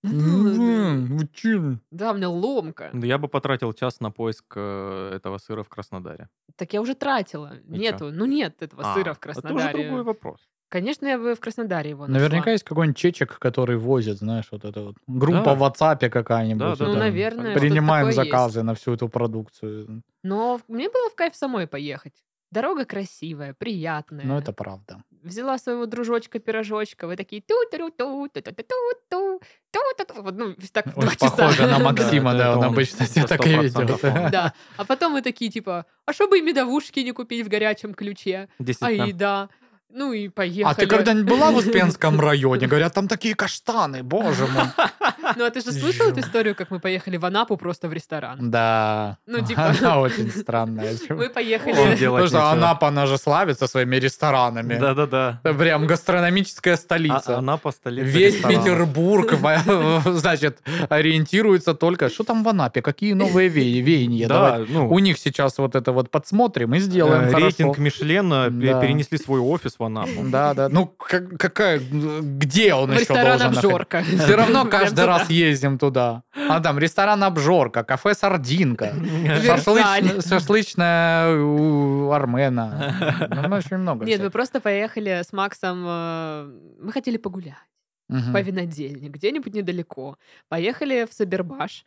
Ну, Надо.
М, вы чё?
Да, мне ломка.
Да Я бы потратил час на поиск э, этого сыра в Краснодаре.
Так я уже тратила.
И
Нету. Ну, нет этого
А,
сыра в
Это уже другой
Краснодаре.
вопрос.
Конечно, я бы в Краснодаре его нашла.
Наверняка есть какой-нибудь чечек, который возит, знаешь, вот это вот. Группа
Да.
в WhatsApp какая-нибудь.
Да, да,
Ну,
это,
да.
наверное. что-то
Принимаем
такое
заказы
есть.
на всю эту продукцию.
Но в- мне было в кайф самой поехать. Дорога красивая, приятная.
Но Ну, это правда.
Взяла своего дружочка-пирожочка, вы такие ту ту ту ту ту ту ту ту ту Вот, ну, так два
Очень
часа.
похоже на Максима,
Да,
да,
это
он
он.
обычно себя
Это
так и
100%
ведет.
он.
Да. А потом мы такие, типа, а что бы и медовушки не купить в горячем ключе?
10
А
там.
еда. Ну и поехали.
А ты когда-нибудь была в Успенском районе? Говорят, там такие каштаны, боже мой.
Ну, а ты же слышал эту
Жуть.
историю, как мы поехали в Анапу просто в ресторан?
Да.
Ну, типа-
Она очень странная. чувак.
Мы
О,
поехали...
делать
Потому что
нечего.
Анапа, она же славится своими ресторанами.
Да-да-да.
Это прям гастрономическая
А-
столица.
Она по столице
Весь
ресторанов.
Петербург, в- значит, ориентируется только... Что там в Анапе? Какие новые ве- веяния? Давай
Да, ну,
У них сейчас вот это вот подсмотрим и
э,
сделаем хорошо.
рейтинг Мишлена пе-
Да.
перенесли свой офис в Анапу.
Да, да. Ну, как- какая... Где он
В
еще
ресторан
должен находиться?
обжорка.
Все равно
Прям
каждый
туда.
раз ездим туда. А там ресторан «Обжорка», кафе «Сардинка»,
Э,
шашлыч-
Версаль.
шашлычная у Армена. Ну, очень много
Нет, мы
всяких.
просто поехали с Максом. э, Мы хотели погулять
Мгм.
по винодельне, где-нибудь недалеко. Поехали в Сабербаш.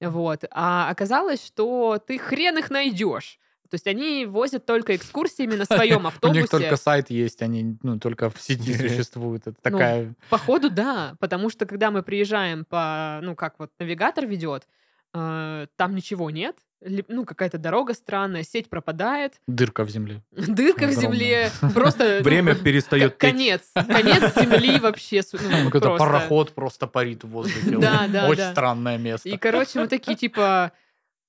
Вот. А оказалось, что ты хрен их найдешь. То есть они возят только экскурсиями на своем
У
автобусе.
них только сайт есть, они ну, только в сети существуют. Это
Ну.
такая...
Походу, да. Потому что когда мы приезжаем по, ну, как вот навигатор ведет, э, там ничего нет. Ли- Ну, какая-то дорога странная, сеть пропадает,
Дырка в земле.
дырка в земле, просто... ну,
Время
к-
перестает течь.
Конец. Конец земли вообще. су- ну, вот
Какой-то
просто.
пароход просто парит в воздухе.
Да, да,
Очень
да.
странное место.
И, короче, мы такие, типа,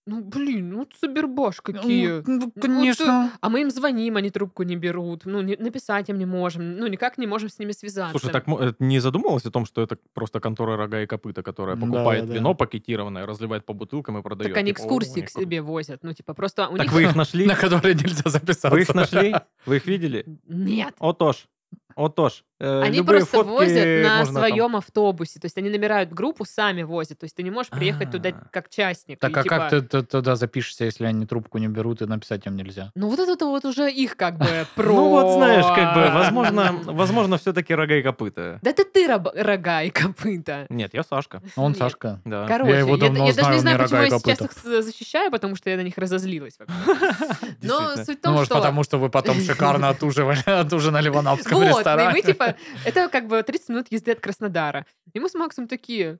ну, блин, ну, цубербаш какие.
Ну,
Ну,
конечно.
А мы им звоним, они трубку не берут. Ну, не- написать им не можем. Ну, никак не можем с ними связаться.
Слушай, так мо- э, не задумывалась о том, что это просто контора рога и копыта, которая
Да,
покупает
да.
вино пакетированное, разливает по бутылкам и продает.
Так они
Типа, о, у
экскурсии
них
к
круто.
себе возят. Ну, типа, просто у
Так
них...
вы их нашли?
на которые нельзя записаться.
Вы их нашли? Вы их видели?
Нет.
Отож. Отож. э,
Они
любые
просто
фотки
возят на
можно там-
своем автобусе. То есть они набирают группу, сами возят. То есть ты не можешь приехать туда
А.
как частник.
Так
и,
а
типа,
как ты т- тогда запишешься, если они трубку не берут и написать им нельзя?
Ну, вот это вот уже их как бы про...
Ну вот знаешь, как бы, возможно, возможно, все-таки рога и копыта.
Да это ты раб- рога и копыта.
Нет, я Сашка.
А Он
Нет.
Сашка.
Да.
Короче,
его
я,
давно
я даже
знаю,
не
у
знаю,
меня
почему
рога и
я сейчас
копыта.
их за- защищаю, потому что я на них разозлилась вообще. Но
Действительно.
суть в
Ну,
том,
может,
что...
потому что вы потом шикарно отуживали- отужинали в анапском
Вот, и мы
ресторане.
типа... Это как бы 30 минут езды от Краснодара. И мы с Максом такие...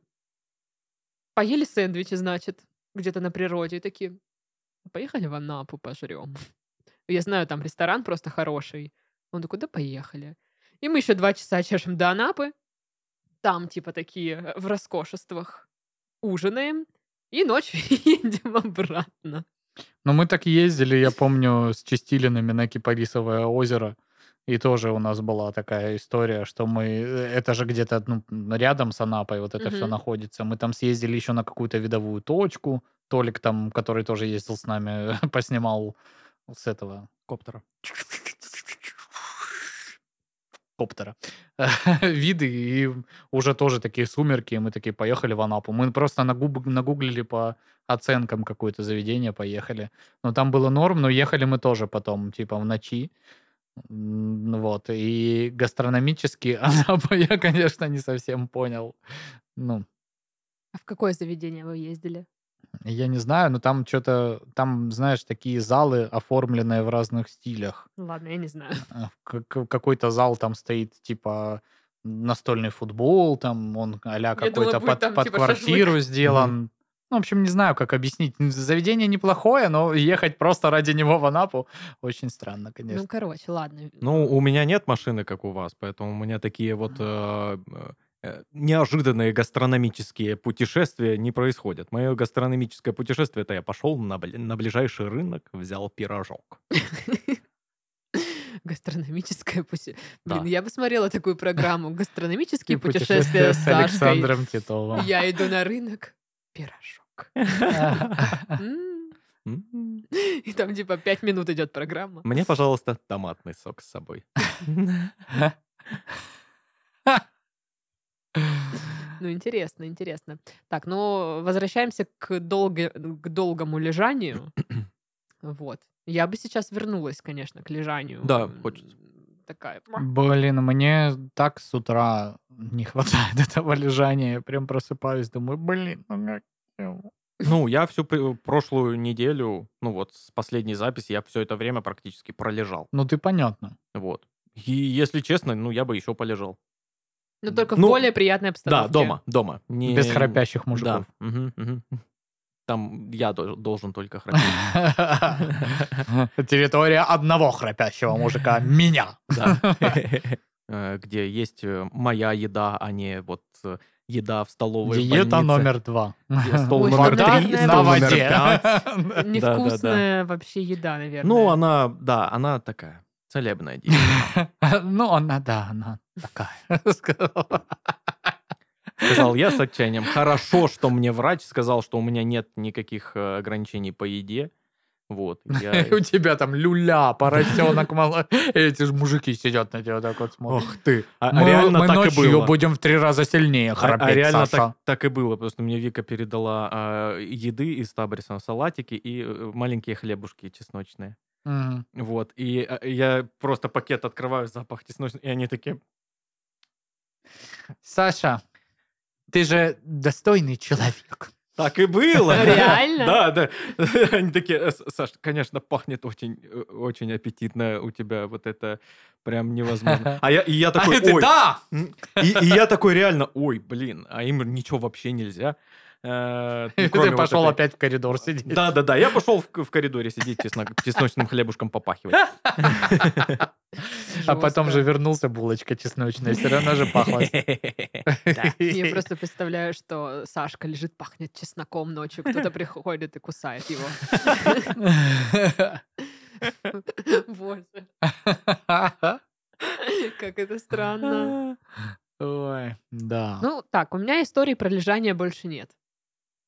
Поели сэндвичи, значит, где-то на природе. И такие... Поехали в Анапу пожрем. Я знаю, там ресторан просто хороший. Он такой, да поехали. И мы еще два часа чешем до Анапы. Там типа такие э, в роскошествах ужинаем. И ночью едем обратно.
Ну, мы так ездили, я помню, с Чистилинами на Кипарисовое озеро. И тоже у нас была такая история, что мы... э, Это же где-то ну, рядом с Анапой вот это все
Мгм.
находится. Мы там съездили еще на какую-то видовую точку. Толик там, который тоже ездил с нами, поснимал с этого...
Коптера.
коптера виды, и уже тоже такие сумерки, и мы такие поехали в Анапу. Мы просто нагуб- нагуглили по оценкам какое-то заведение, поехали. Но там было норм, но ехали мы тоже потом, типа в ночи. М, Вот, и гастрономически Анапа я, конечно, не совсем понял. Ну,
А в какое заведение вы ездили?
я не знаю, но там что-то, там, знаешь, такие залы, оформленные в разных стилях.
Ну, Ладно, я не знаю.
А, в ка- ка- какой-то зал там стоит, типа настольный футбол, там он а-ля
думала,
какой-то
будет
под,
там,
под
типа,
квартиру сделан. Ну, в общем, не знаю, как объяснить. Н- Заведение неплохое, но ехать просто ради него в Анапу очень странно,
Ну,
конечно.
короче, ладно.
Ну, у меня нет машины, как у вас, поэтому у меня такие вот э, э, э, неожиданные гастрономические путешествия не происходят. Мое гастрономическое путешествие это я пошел на, бли- на ближайший рынок, взял пирожок.
Гастрономическое путешествие. Блин,
Да.
я бы смотрела такую программу. Гастрономические
И
путешествия с Сашкой.
Александром Титовым.
Я иду на рынок. Пирожок. М.
М.
И там типа пять минут идет программа.
Мне, пожалуйста, томатный сок с собой.
Ну, интересно, интересно. Так, ну, возвращаемся к, долго, к долгому лежанию. Вот. Я бы сейчас вернулась, конечно, к лежанию.
Да,
М,
хочется.
Такая.
Блин, мне так с утра не хватает этого лежания. Я прям просыпаюсь, думаю, блин, ну как его?
Ну, я всю пр- прошлую неделю, ну вот с последней записи, я все это время практически пролежал.
Ну ты понятно.
Вот. И если честно, ну я бы еще полежал.
Но только
Ну,
в более приятной обстановке.
Да, дома, дома. Не-
Без храпящих мужиков.
Да. мгм, мгм. Там я дол- должен только храпеть.
Территория одного храпящего мужика. Меня.
Да. Э, Где есть э, моя еда, а не вот э, еда в столовой. в
Диета
больнице.
номер два.
Где Стол
Ой,
номер
стандартная
три,
диета.
стол
На
номер
воде.
Невкусная вообще еда, наверное.
Ну, она, да, она такая целебная диета.
Ну, она, да, она такая. сказала.
Сказал я с отчаянием. Хорошо, что мне врач сказал, что у меня нет никаких э, ограничений по еде. Вот. я-
У тебя там люля, поросенок мало. Эти же мужики сидят на тебя так вот смотрят.
Ох ты. А
Мы,
реально
мы
так и
ночью
было.
будем в три раза сильнее
А-
храпеть,
а реально
Саша.
так, так и было. Просто мне Вика передала а, еды из табриса, салатики и э, маленькие хлебушки чесночные.
Мгм.
Вот. И а, я просто пакет открываю, запах чесночный, и они такие...
Саша, ты же достойный человек.
Так и было.
Реально?
Да, да. Они такие, «Э, С- Саш, конечно, пахнет очень, э, очень аппетитно у тебя вот это прям невозможно. А я, и я такой,
а ты
ой.
да!
И, и я такой реально, ой, блин, а им ничего вообще нельзя. Э,
И
кроме
ты
вот
пошел
этой-
опять в коридор сидеть.
Да, да, да. Я пошел в, в коридоре сидеть чесно- чесночным хлебушком попахивать.
А потом же
Жёстко.
вернулся булочка чесночная, все равно же пахло.
Я просто представляю, что Сашка лежит, пахнет чесноком ночью, кто-то приходит и кусает его. Боже, как это странно.
Ой, да.
Ну, так, у меня истории про лежание больше нет.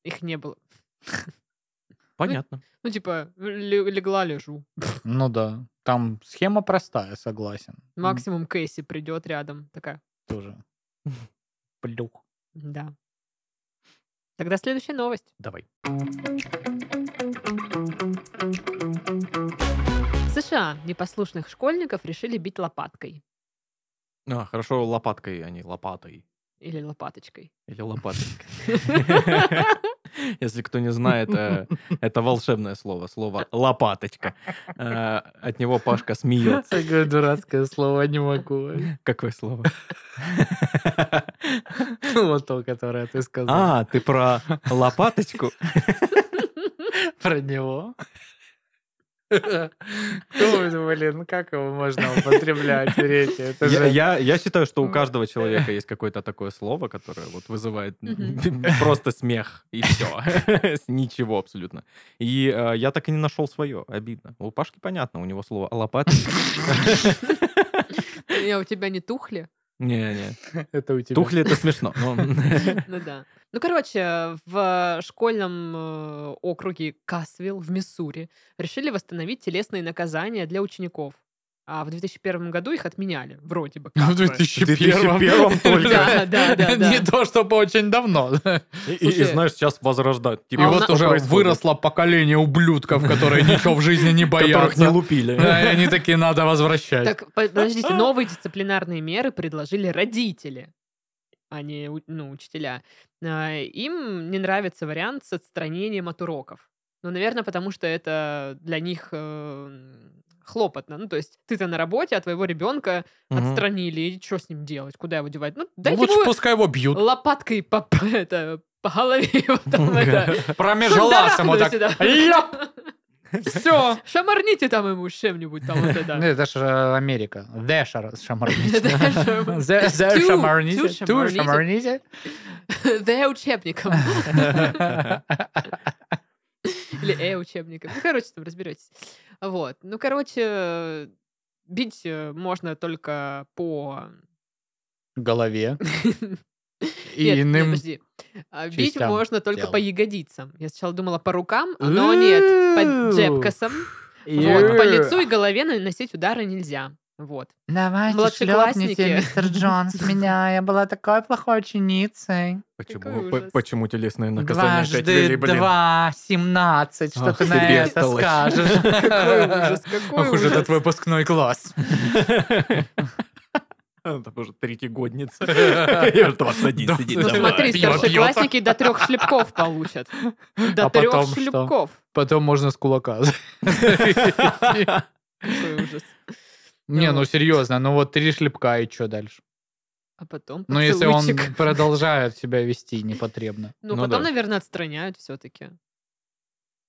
Их не было.
Понятно.
Ну, типа, ле- легла, лежу.
Ну да. Там схема простая, согласен.
Максимум Кэсси придет рядом. Такая,
М, Тоже. Плюх.
да. Тогда следующая новость.
Давай.
В США непослушных школьников решили бить лопаткой.
А, хорошо, лопаткой, а не лопатой.
Или лопаточкой.
Или лопаточкой. Если кто не знает, э, это волшебное слово. Слово «лопаточка». Э, От него Пашка смеется.
Такое дурацкое слово не могу.
Какое слово?
Ну, Вот то, которое ты сказал.
А, ты про лопаточку?
Про него. Ой, Блин, как его можно употреблять в речи? Это
Я,
же...
я- я считаю, что у каждого человека есть какое-то такое слово, которое вот вызывает
Мгм.
просто смех и все. С ничего абсолютно. И э, я так и не нашел свое. Обидно. У Пашки понятно, у него слово «а лопаточка.
Я у тебя не тухли?
Не-не.
Это у тебя.
Тухли это смешно. но-
Ну да. Ну, короче, в школьном э, округе Касвилл в Миссури решили восстановить телесные наказания для учеников. А в 2001 году их отменяли, вроде бы. как
В
бы.
2001
2001 только.
Да, да, да, да.
Не то, чтобы очень давно.
И- И,
Слушай,
и знаешь, сейчас возрождают. Типа,
И
А у
вот
нас-
уже
происходит?
выросло поколение ублюдков, которые ничего в жизни не
которых не
боятся. Да,
лупили.
и они такие, надо возвращать.
Так, по- подождите, новые дисциплинарные меры предложили родители, а не у- ну, учителя. А, Им не нравится вариант с отстранением от уроков. Ну, наверное, потому что это для них э, хлопотно. Ну, то есть ты-то на работе, а твоего ребенка
Мгм.
отстранили, и что с ним делать? Куда его девать? Ну, дайте
Лучше
ему
пускай его бьют.
лопаткой по, по- это, по голове. вот там это.
Промежалась ему
Шандарахну
так.
сюда.
Ляп!
Все, шамарните там ему с чем-нибудь там вот
Ну,
это.
это же Америка. The шар- шамарните.
Да, шам-
The the
Two-
шамарните.
two
Two
шамарните.
шамарните.
The учебником. Или э учебником. Ну, короче, там разберетесь. Вот. Ну, короче, бить э, можно только по...
Голове.
Нет,
И
нет,
иным...
подожди. А, Бить
частям
можно только
тела.
по ягодицам. Я сначала думала по рукам, но нет, по джебкасам. Вот, по
Э.
лицу и голове наносить удары нельзя. Вот.
Давайте
Младшеклассники.
шлепните, мистер Джонс, меня. Я была такой плохой ученицей.
Какой
Почему, п-
ужас.
почему телесное наказание опять
Дважды
вели, блин?
два, семнадцать. Что
Ах
ты
ты
на это
бестолочь.
скажешь?
Какой ужас, какой
Ох уж
ужас.
этот выпускной класс.
Это уже третий годница. Я же 21
Да.
сидит.
Ну
давай.
смотри,
Пиво
а
пьет.
старшеклассники до трех шлепков получат. До
А
трех
потом что?
шлепков.
Потом можно с кулака.
Какой ужас.
Не, ну
Вот.
серьезно, ну вот три шлепка и что дальше?
А потом
Ну если он
поцелуйчик.
продолжает себя вести непотребно.
Ну,
Ну
потом,
да.
наверное, отстраняют все-таки.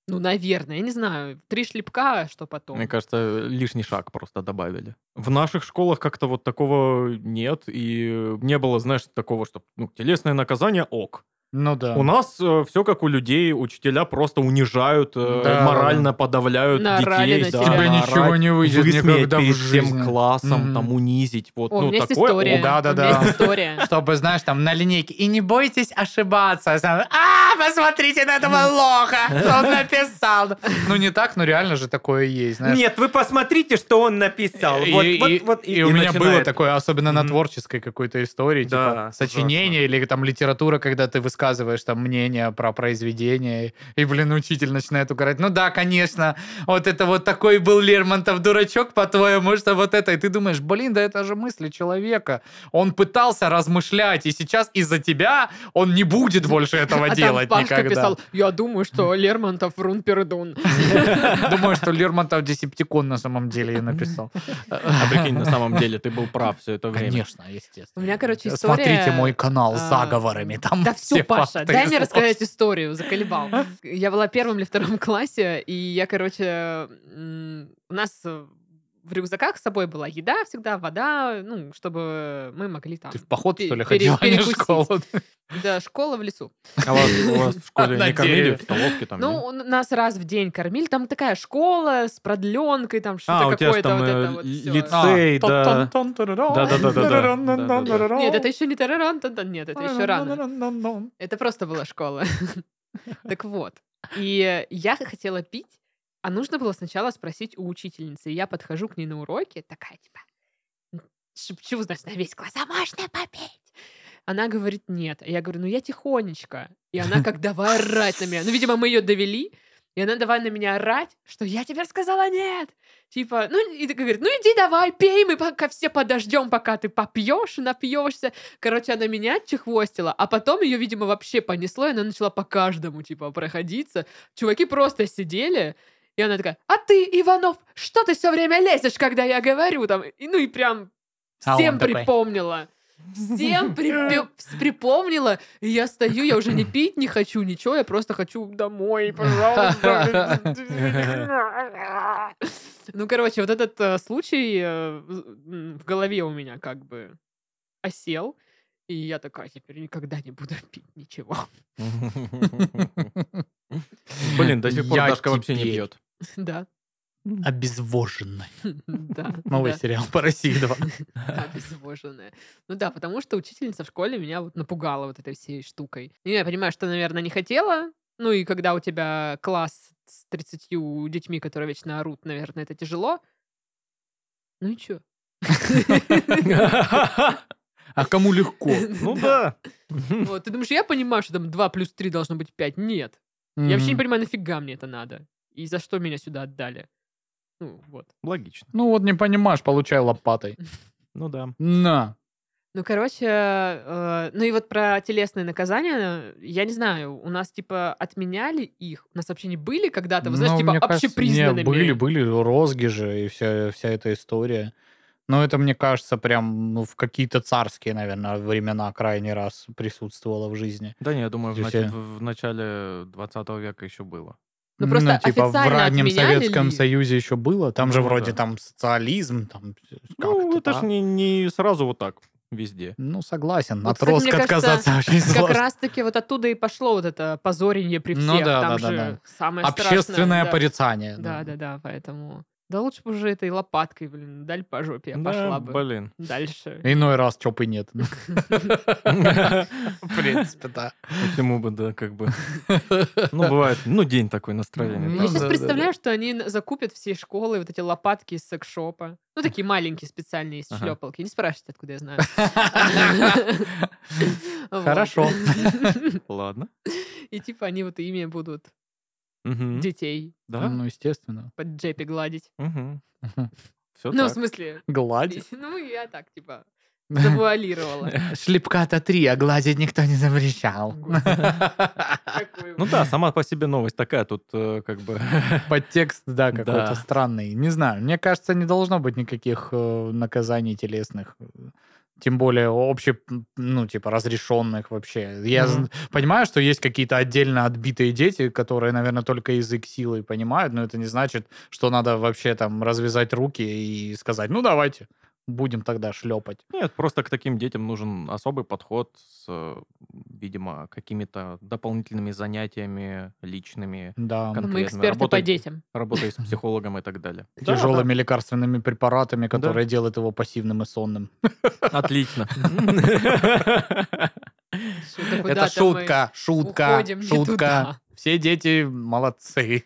Ну, наверное, я не знаю. Три шлепка, а что потом?
Мне кажется, лишний шаг просто добавили. В наших школах как-то вот такого нет, и не было, знаешь, такого, что ну, телесное наказание ок.
Ну да.
У нас все как у людей, учителя просто унижают, э,
Да.
морально подавляют
Наорали
детей.
на
да,
тебя.
Тебе
Тебе
наорать,
ничего не выйдет
высмеять
никогда в
перед
жизни.
всем классом,
Мгм.
там унизить. Вот,
О, у
ну,
меня есть
такое
история.
ок.
да, да,
У меня
да.
есть история.
Чтобы, знаешь, там на линейке. И не бойтесь ошибаться. А сам, А, посмотрите на этого лоха, что он написал. Ну не так, но реально же такое есть, знаешь.
Нет, вы посмотрите, что он написал. А Вот,
и,
вот,
и-
вот,
и у меня было
начинает.
такое, особенно на
Мгм.
творческой какой-то истории,
Да,
типа
ужасно.
сочинение или там литература, когда ты высказываешь там мнение про произведение, и, блин, учитель начинает угорать. Ну да, конечно, вот это вот такой был Лермонтов дурачок, по-твоему, что вот это. И ты думаешь, блин, да это же мысли человека. Он пытался размышлять, и сейчас из-за тебя он не будет больше этого
А там
делать
Пашка
никогда.
писал, я думаю, что Лермонтов врун пердун.
Думаю, что Лермонтов десептикон на самом деле и написал.
А прикинь, на самом деле ты был прав все это время.
Конечно, естественно.
У меня, короче,
Смотрите
история,
мой канал с
а,
заговорами. Там
Да все,
типа,
Паша,
факты
дай мне
изложены.
рассказать историю, заколебал. Я была в первом или втором классе, и я, короче, м, у нас э, в рюкзаках с собой была еда всегда, вода, ну, чтобы мы могли там...
Ты в поход, что ли,
пере-
ходила, а не в
перекусить.
школу?
Да, школа в лесу.
А вас, у вас в школе не
Надеюсь.
кормили, в столовке там?
Ну,
нет?
у нас раз в день кормили. Там такая школа с продленкой, там
А,
что-то
у тебя ж
какое-то
там,
вот это
э,
вот
ли-
всё.
лицо-
А,
Сей, да.
Да-да-да-да-да.
Нет, это еще не тараран, тан-тан, нет, это
ну,
еще рано. Это просто была школа. Так вот. И я хотела пить, а нужно было сначала спросить у учительницы. И я подхожу к ней на уроке, такая типа, шепчу, значит, на весь глаз, а можно попить? Она говорит, нет. А я говорю, ну я тихонечко. И она как давай орать на меня. Ну, видимо, мы ее довели, и она давай на меня орать, что я тебе сказала нет. Типа, ну, и так говорит, ну иди давай, пей, мы пока все подождем, пока ты попьешь, напьешься. Короче, она меня чехвостила, а потом ее, видимо, вообще понесло, и она начала по каждому, типа, проходиться. Чуваки просто сидели, и она такая, а ты, Иванов, что ты все время лезешь, когда я говорю там? И, ну и прям
А он
всем
такой.
припомнила. Всем припе- припомнила, и я стою, я уже не пить не хочу, ничего, я просто хочу домой, пожалуйста. Ну, короче, вот этот э, случай э, в- м, в голове у меня как бы осел, и я такая, теперь никогда не буду пить ничего.
Блин, до сих пор
Я
Дашка вообще не
теперь
пьет.
Да,
А
Обезвоженный.
да.
Новый
да.
сериал по России 2.
обезвоженная. Ну да, потому что учительница в школе меня вот напугала вот этой всей штукой. И я понимаю, что, наверное, не хотела. Ну и когда у тебя класс с 30 детьми, которые вечно орут, наверное, это тяжело. Ну и чё?
А кому легко?
Ну да.
Вот, ты думаешь, я понимаю, что там 2 плюс 3 должно быть 5? Нет. Я вообще не
Мгм.
понимаю, нафига мне это надо? И за что меня сюда отдали? Ну, вот.
Логично.
Ну вот не понимаешь, получай лопатой.
Ну да.
На.
Ну, короче, э, ну и вот про телесные наказания, э, я не знаю, у нас, типа, отменяли их? У нас вообще не были когда-то, вы знаете,
Ну,
типа,
мне кажется,
общепризнанными?
не, были, были розги же и вся, вся эта история. Но это, мне кажется, прям ну, в какие-то царские, наверное, времена крайний раз присутствовало в жизни.
Да не, я думаю, в
Здесь
нач-
я-
в в начале 20 века еще было.
Ну, просто
типа в
официально
раннем
отменяли
Советском
ли?
Союзе еще было. Там же
Ну,
вроде
да.
там социализм, там э,
Ну,
как-то
это
так.
же не, не сразу вот так везде.
Ну, согласен.
Вот,
От
кстати, мне
Роск
кажется,
отказаться очень
Как
сложно.
раз-таки вот оттуда и пошло вот это позоренье при всех.
Ну да,
Там
да, да,
же
да.
самое страшное,
Общественное
да.
порицание.
Да, да, да, поэтому... Да лучше бы уже этой лопаткой, блин, даль по жопе я
Да,
пошла бы
блин.
дальше.
Иной раз чоп и нет. Ну,
Почему
В принципе, да.
бы, да, как бы. Ну, бывает, ну, день такой настроение.
Ну,
Я
да.
сейчас
да,
представляю, что они н- закупят всей школы вот эти лопатки из секшопа. Ну, такие маленькие специальные из
Ага.
шлепалки. Не спрашивайте, откуда я знаю. Вот.
Хорошо.
Ладно.
И типа они вот ими будут
Мгм.
детей
Да?
Ну, естественно.
под джепи гладить.
Все
Ну, в смысле,
Гладь.
ну, я так, типа, завуалировала.
Шлепка-то три, а гладить никто не запрещал.
Какой
Ну
ужас.
да, сама по себе новость такая тут э, как бы...
Подтекст, да, какой-то
Да.
странный. Не знаю, мне кажется, не должно быть никаких э, наказаний телесных. э, Тем более обще, ну, типа, разрешенных вообще. Я
Мгм.
зн- понимаю, что есть какие-то отдельно отбитые дети, которые, наверное, только язык силы понимают, но это не значит, что надо вообще там развязать руки и сказать, ну, давайте, будем тогда шлепать.
Нет, просто к таким детям нужен особый подход с, э, видимо, какими-то дополнительными занятиями личными,
Мы
Кон-
Да.
конкретно
эксперты по
работать.
детям.
работой с психологом и так далее. Да,
Тяжелыми лекарственными препаратами, которые делают его пассивным и сонным.
да, Отлично.
Что, да куда-то
Это
мы
шутка, шутка,
уходим не
шутка.
туда.
Все дети молодцы.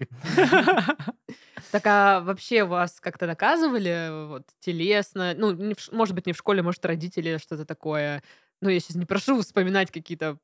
Так а вообще вас как-то наказывали вот телесно? Ну, не в ш- может быть, не в школе, может, родители что-то такое. Ну, я сейчас не прошу вспоминать какие-то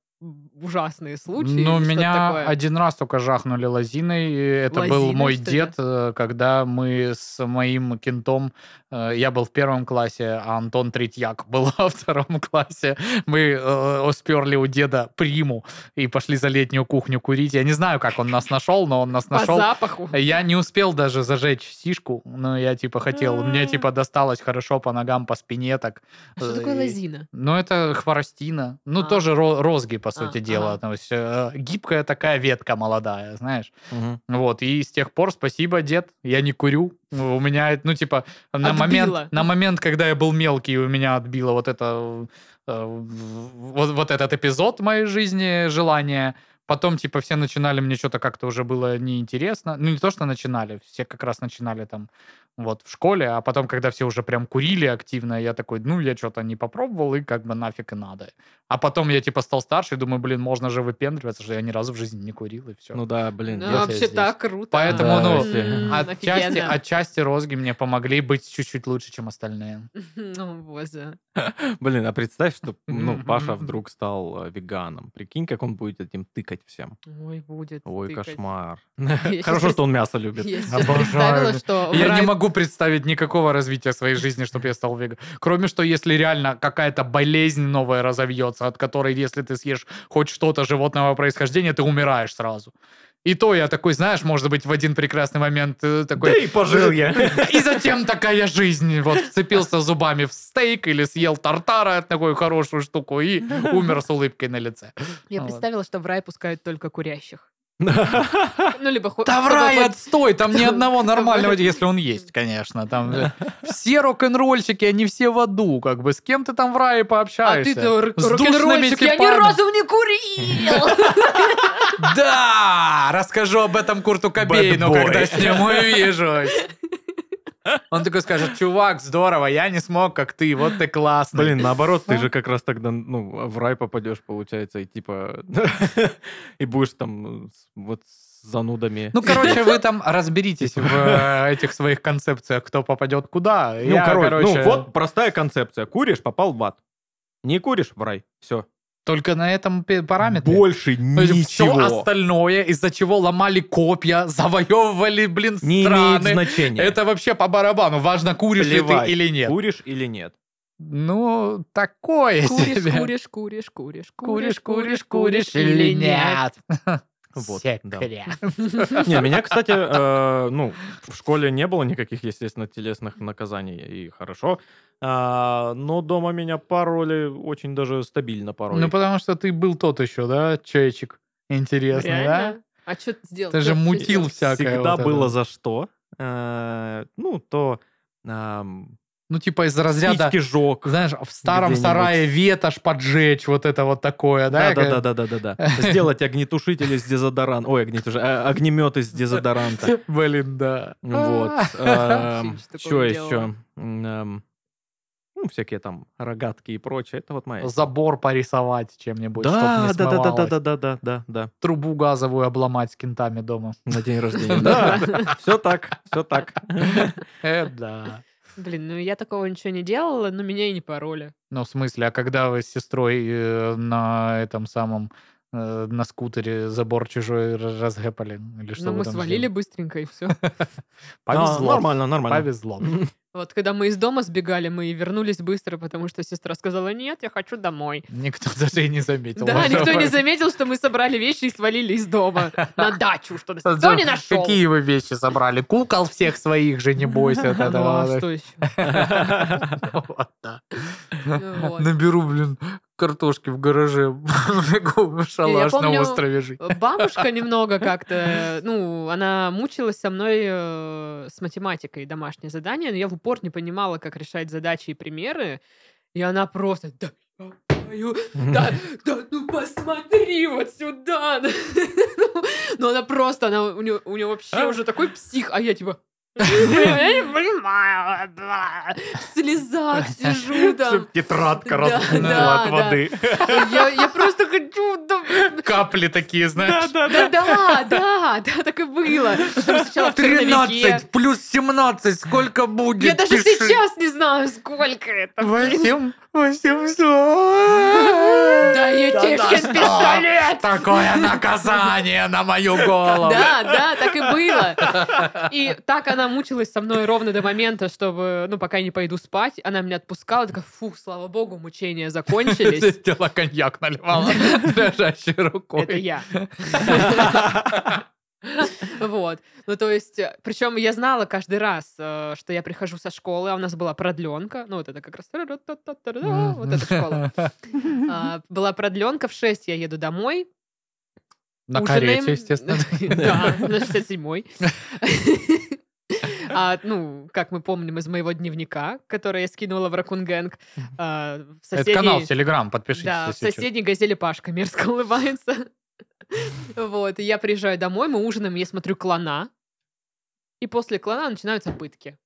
ужасные случаи.
Ну,
или что-то
меня
такое.
один раз только жахнули лозиной. и Это был
Лозиной,
мой
что ли?
дед, э, когда мы с моим кентом... э, Я был в первом классе, а Антон Третьяк был во втором классе. Мы э, сперли у деда приму и пошли за летнюю кухню курить. Я не знаю, как он нас нашел, но он нас
По
нашел.
запаху.
Я не успел даже зажечь сишку, но я типа хотел. Мне типа досталось хорошо по ногам, по спине так.
А Что
э,
такое
и-
лозина?
Ну, это хворостина. Ну,
А.
тоже ро- розги, по
А,
сути дела.
ага.
То есть, э, гибкая такая ветка молодая, знаешь.
Мгм.
Вот, и с тех пор спасибо, дед, я не курю. У меня, это, ну, типа, на
Отбило.
момент, на момент, когда я был мелкий, у меня отбило вот это... э, вот, вот этот эпизод моей жизни, желание. Потом, типа, все начинали, мне что-то как-то уже было неинтересно. Ну, не то, что начинали, все как раз начинали там вот в школе, а потом, когда все уже прям курили активно, я такой, ну, я что-то не попробовал, и как бы нафиг и надо. А потом я, типа, стал старше, и думаю, блин, можно же выпендриваться, что я ни разу в жизни не курил, и все.
Ну да, блин.
Ну,
я
я-
вообще
вообще
здесь.
так круто.
Поэтому,
Да,
ну,
если-
М,
Отчасти,
офигенно.
отчасти розги мне помогли быть чуть-чуть лучше, чем остальные.
Ну, боже.
Блин, а представь, что ну,
Мгм.
Паша вдруг стал э, веганом. Прикинь, как он будет этим тыкать всем.
Ой, будет.
Ой,
тыкать.
кошмар.
щас
Хорошо,
пред-
что он мясо любит.
Я сейчас
Обожаю.
представила, что в
Я
рай-
не могу представить никакого развития своей жизни, чтобы я стал веганом. Кроме что, если реально какая-то болезнь новая разовьется, от которой, если ты съешь хоть что-то животного происхождения, ты умираешь сразу. И то я такой, знаешь, может быть, в один прекрасный момент э, такой...
и пожил я.
И зачем такая жизнь? Вот вцепился зубами в стейк или съел тартара, такую хорошую штуку, и умер с улыбкой на лице.
Я
Ну,
представила, что в рай пускают только курящих. Ну, либо хо-
Да в
чтобы
рай,
хоть-
отстой, там ни
Кто-
одного
кто
нормального,
говорит?
если он есть, конечно. Там же все рок-н-ролльщики, они все в аду, как бы. С кем ты там в рае
А ты
пообщаешься?
то рок-
С душными
рок-н-ролльщик, я ни
степами.
разу не курил!
Да! Расскажу об этом Курту Кобейну,
boy.
когда с ним увижусь. Он такой скажет, чувак, здорово, я не смог, как ты, вот ты классный.
Блин, наоборот, ты же как раз тогда ну, в рай попадешь, получается, и типа... И будешь там э, с- вот с занудами.
Ну, короче, вы там разберитесь в э, этих своих концепциях, кто попадет куда.
Ну, короче, ну вот простая концепция. Куришь, попал в ад. Не куришь, в рай. Все.
Только на этом пе- параметре.
Больше
То есть все
ничего
остальное, из-за чего ломали копья, завоевывали, блин,
не имеет
страны.
значения.
Это вообще по барабану, важно, куришь
Плевать,
ли ты или нет.
Куришь или нет.
Ну, такое себе.
Куришь, куришь, куришь, куришь,
куришь, куришь, куришь или нет.
Вот, да.
Секрет.
Не, меня, кстати, э, ну, в школе не было никаких, естественно, телесных наказаний, и хорошо. А, Но дома меня пароли очень даже стабильно пароли.
Ну, потому что ты был тот еще, да, человечек? Интересно, да?
Реально? А что ты сделал?
Ты же
Чё- чё
мутил
сделал?
всякое.
Всегда
э, вот это.
было за что. Э, Ну, то ам,
Ну, типа из разряда,
спички жёг.
знаешь, в старом
где-нибудь.
сарае ветошь поджечь, вот это вот такое, да?
Да, да, да, да, да, да, да. Сделать огнетушитель из дезодоранта. Ой, огнетушитель, огнемет из дезодоранта.
Блин, да.
Вот.
Вообще ничего такого
Что
не делала.
еще? Ну, всякие там рогатки и прочее. Это вот моя.
Забор порисовать чем-нибудь,
Да,
чтоб
да,
не
да, да, да,
смывалось.
да, да, да, да, да.
Трубу газовую обломать с кентами дома.
На день рождения. Да, все так, все так.
Э, да.
Блин, ну я такого ничего не делала, но меня и не пороли.
Ну, в смысле, а когда вы с сестрой э, на этом самом э, на скутере забор чужой р- разгэпали? Или что
Но Ну,
вы
мы
там
свалили
сделали?
быстренько, и все.
А,
Повезло.
Нормально, нормально.
Повезло.
Вот, когда мы из дома сбегали, мы и вернулись быстро, потому что сестра сказала, нет, я хочу домой.
Никто даже и не заметил.
Да, никто не
Давай.
заметил, что мы собрали вещи и свалили из дома на дачу, что нас никто не нашел.
Какие вы вещи забрали? Кукол всех своих же, не бойся. вот
Ну, а
этого.
что еще?
Вот да.
Ну, вот.
Наберу, блин, картошки в гараже. Бегу в шалаш на
помню-
острове жить.
Э, Бабушка немного как-то, ну, она мучилась со мной э, с математикой домашнее задание, но я в упор не понимала, как решать задачи и примеры, и она просто, да, твою, да, да, ну посмотри вот сюда. Ну, она просто, она, у нее, у нее вообще уже такой псих, а я типа, я не понимаю, бла». в слезах сижу там.
Тетрадка
Да,
разбухла
да,
от
да.
воды.
Я, я просто хочу, да,
Капли такие, знаешь.
Да, да, да, да, так и было. Потом сначала в черновике.
плюс 17, сколько будет?
Я даже
Пиши.
сейчас не знаю, сколько это. блин.
Восемь, восемьсот.
Да, я
что?
Тишкин пистолет.
Такое наказание на мою голову.
Да, да, так и было. И так она мучилась со мной ровно до момента, чтобы, ну, пока я не пойду спать, она меня отпускала, такая, фу, слава богу, мучения закончились.
Сидела коньяк наливала дрожащей рукой.
Это я. Вот. Ну, то есть, причем я знала каждый раз, э, что я прихожу со школы, а у нас была продленка. Ну, вот это как раз... Ну, Вот эта школа. А, Была продленка в 6, я еду домой.
На
ужинаем.
карете, естественно.
Да, на 67-й. А, ну, как мы помним из моего дневника, который я скинула в Ракунгэнг, а, в
Это канал в
соседней...
Телеграм, подпишитесь.
Да, в
если чё.
соседней газели Пашка мерзко улыбается. Вот, и я приезжаю домой, мы ужинаем, я смотрю клона, и после клона начинаются пытки.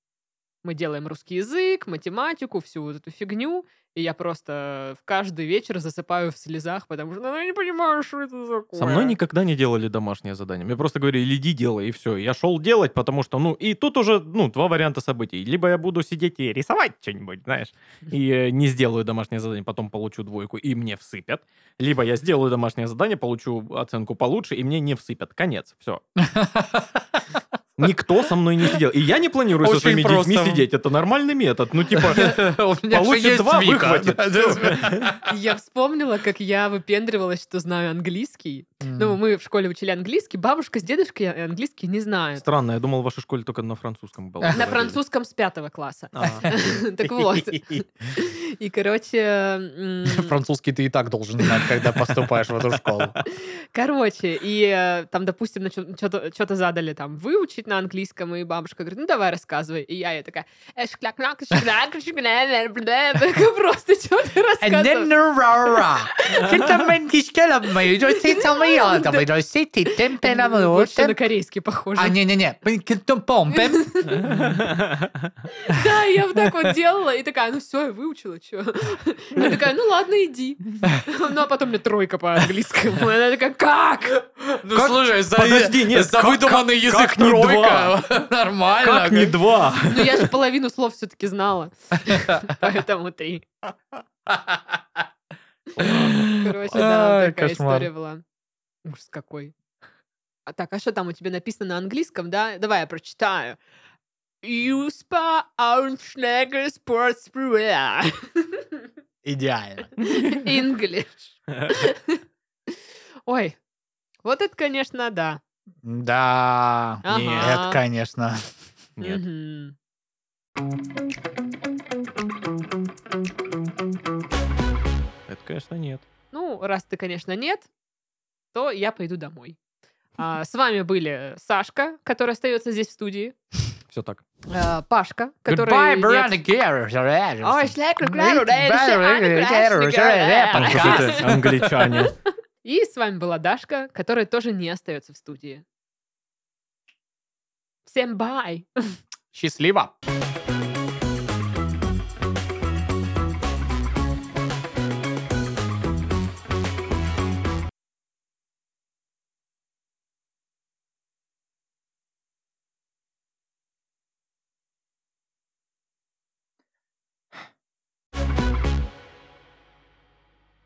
Мы делаем русский язык, математику, всю вот эту фигню, и я просто в каждый вечер засыпаю в слезах, потому что «Ну, я не понимаю, что это такое.
Со мной никогда не делали домашнее задание. Мне просто говорили, иди делай, и все. Я шел делать, потому что, ну, и тут уже, ну, два варианта событий. Либо я буду сидеть и рисовать что-нибудь, знаешь, и э, не сделаю домашнее задание, потом получу двойку, и мне всыпят. Либо я сделаю домашнее задание, получу оценку получше, и мне не всыпят. Конец, все. Никто со мной не сидел. И я не планирую со
Очень
своими детьми
просто.
сидеть. Это нормальный метод. Ну, типа,
У меня же
Получит
есть
два,
Вика.
выхватит.
Да, да.
Я вспомнила, как я выпендривалась, что знаю английский. Ну, мы в школе учили английский, бабушка с дедушкой английский не знают.
странно, я думал, в вашей школе только на французском было.
На французском с пятого класса.
А.
Так вот. И, короче... м,
Французский ты и так должен знать, когда поступаешь в эту школу.
Короче, и э, там, допустим, что-то задали там выучить на английском, и бабушка говорит, ну, давай рассказывай. И я ей такая... «Э, шкляк-мяк, шкляк, шкляк, бля-бля». Такая Просто что ты рассказываешь?
а
Вообще на корейский похоже.
А, не-не-не, пинкин-тум-пом-пим.
Да, я вот так вот делала, и такая, ну все, я выучила, что? Я такая, ну ладно, иди. Ну, а потом мне тройка по английскому. Она такая, как?
Ну, слушай, за,
Подожди, нет,
за
как-
выдуманный язык
как не
тройка. Нормально.
Как не два?
Ну, я же половину слов все-таки знала. Поэтому три. Короче, да,
Ай,
такая
кошмар.
история была. Ужас какой. А так, а что там у тебя написано на английском, да? Давай я прочитаю. Юспа Ауншнегер Sports
Идеально.
English. Ой, вот это, конечно, да.
Да.
Ага.
Нет,
Это, конечно.
Нет.
Мгм.
Это, конечно, нет.
Ну, раз ты, конечно, нет, то я пойду домой. А, С вами были Сашка, который остается здесь в студии,
Все так.
э, Пашка, который...
Goodbye,
нет-
Брайан Геррер.
Ой, шляпка, шляпка, да, это же Анна Красникова.
Пока.
Что ты, англичане.
И с вами была Дашка, которая тоже не остается в студии. Всем бай!
Счастливо.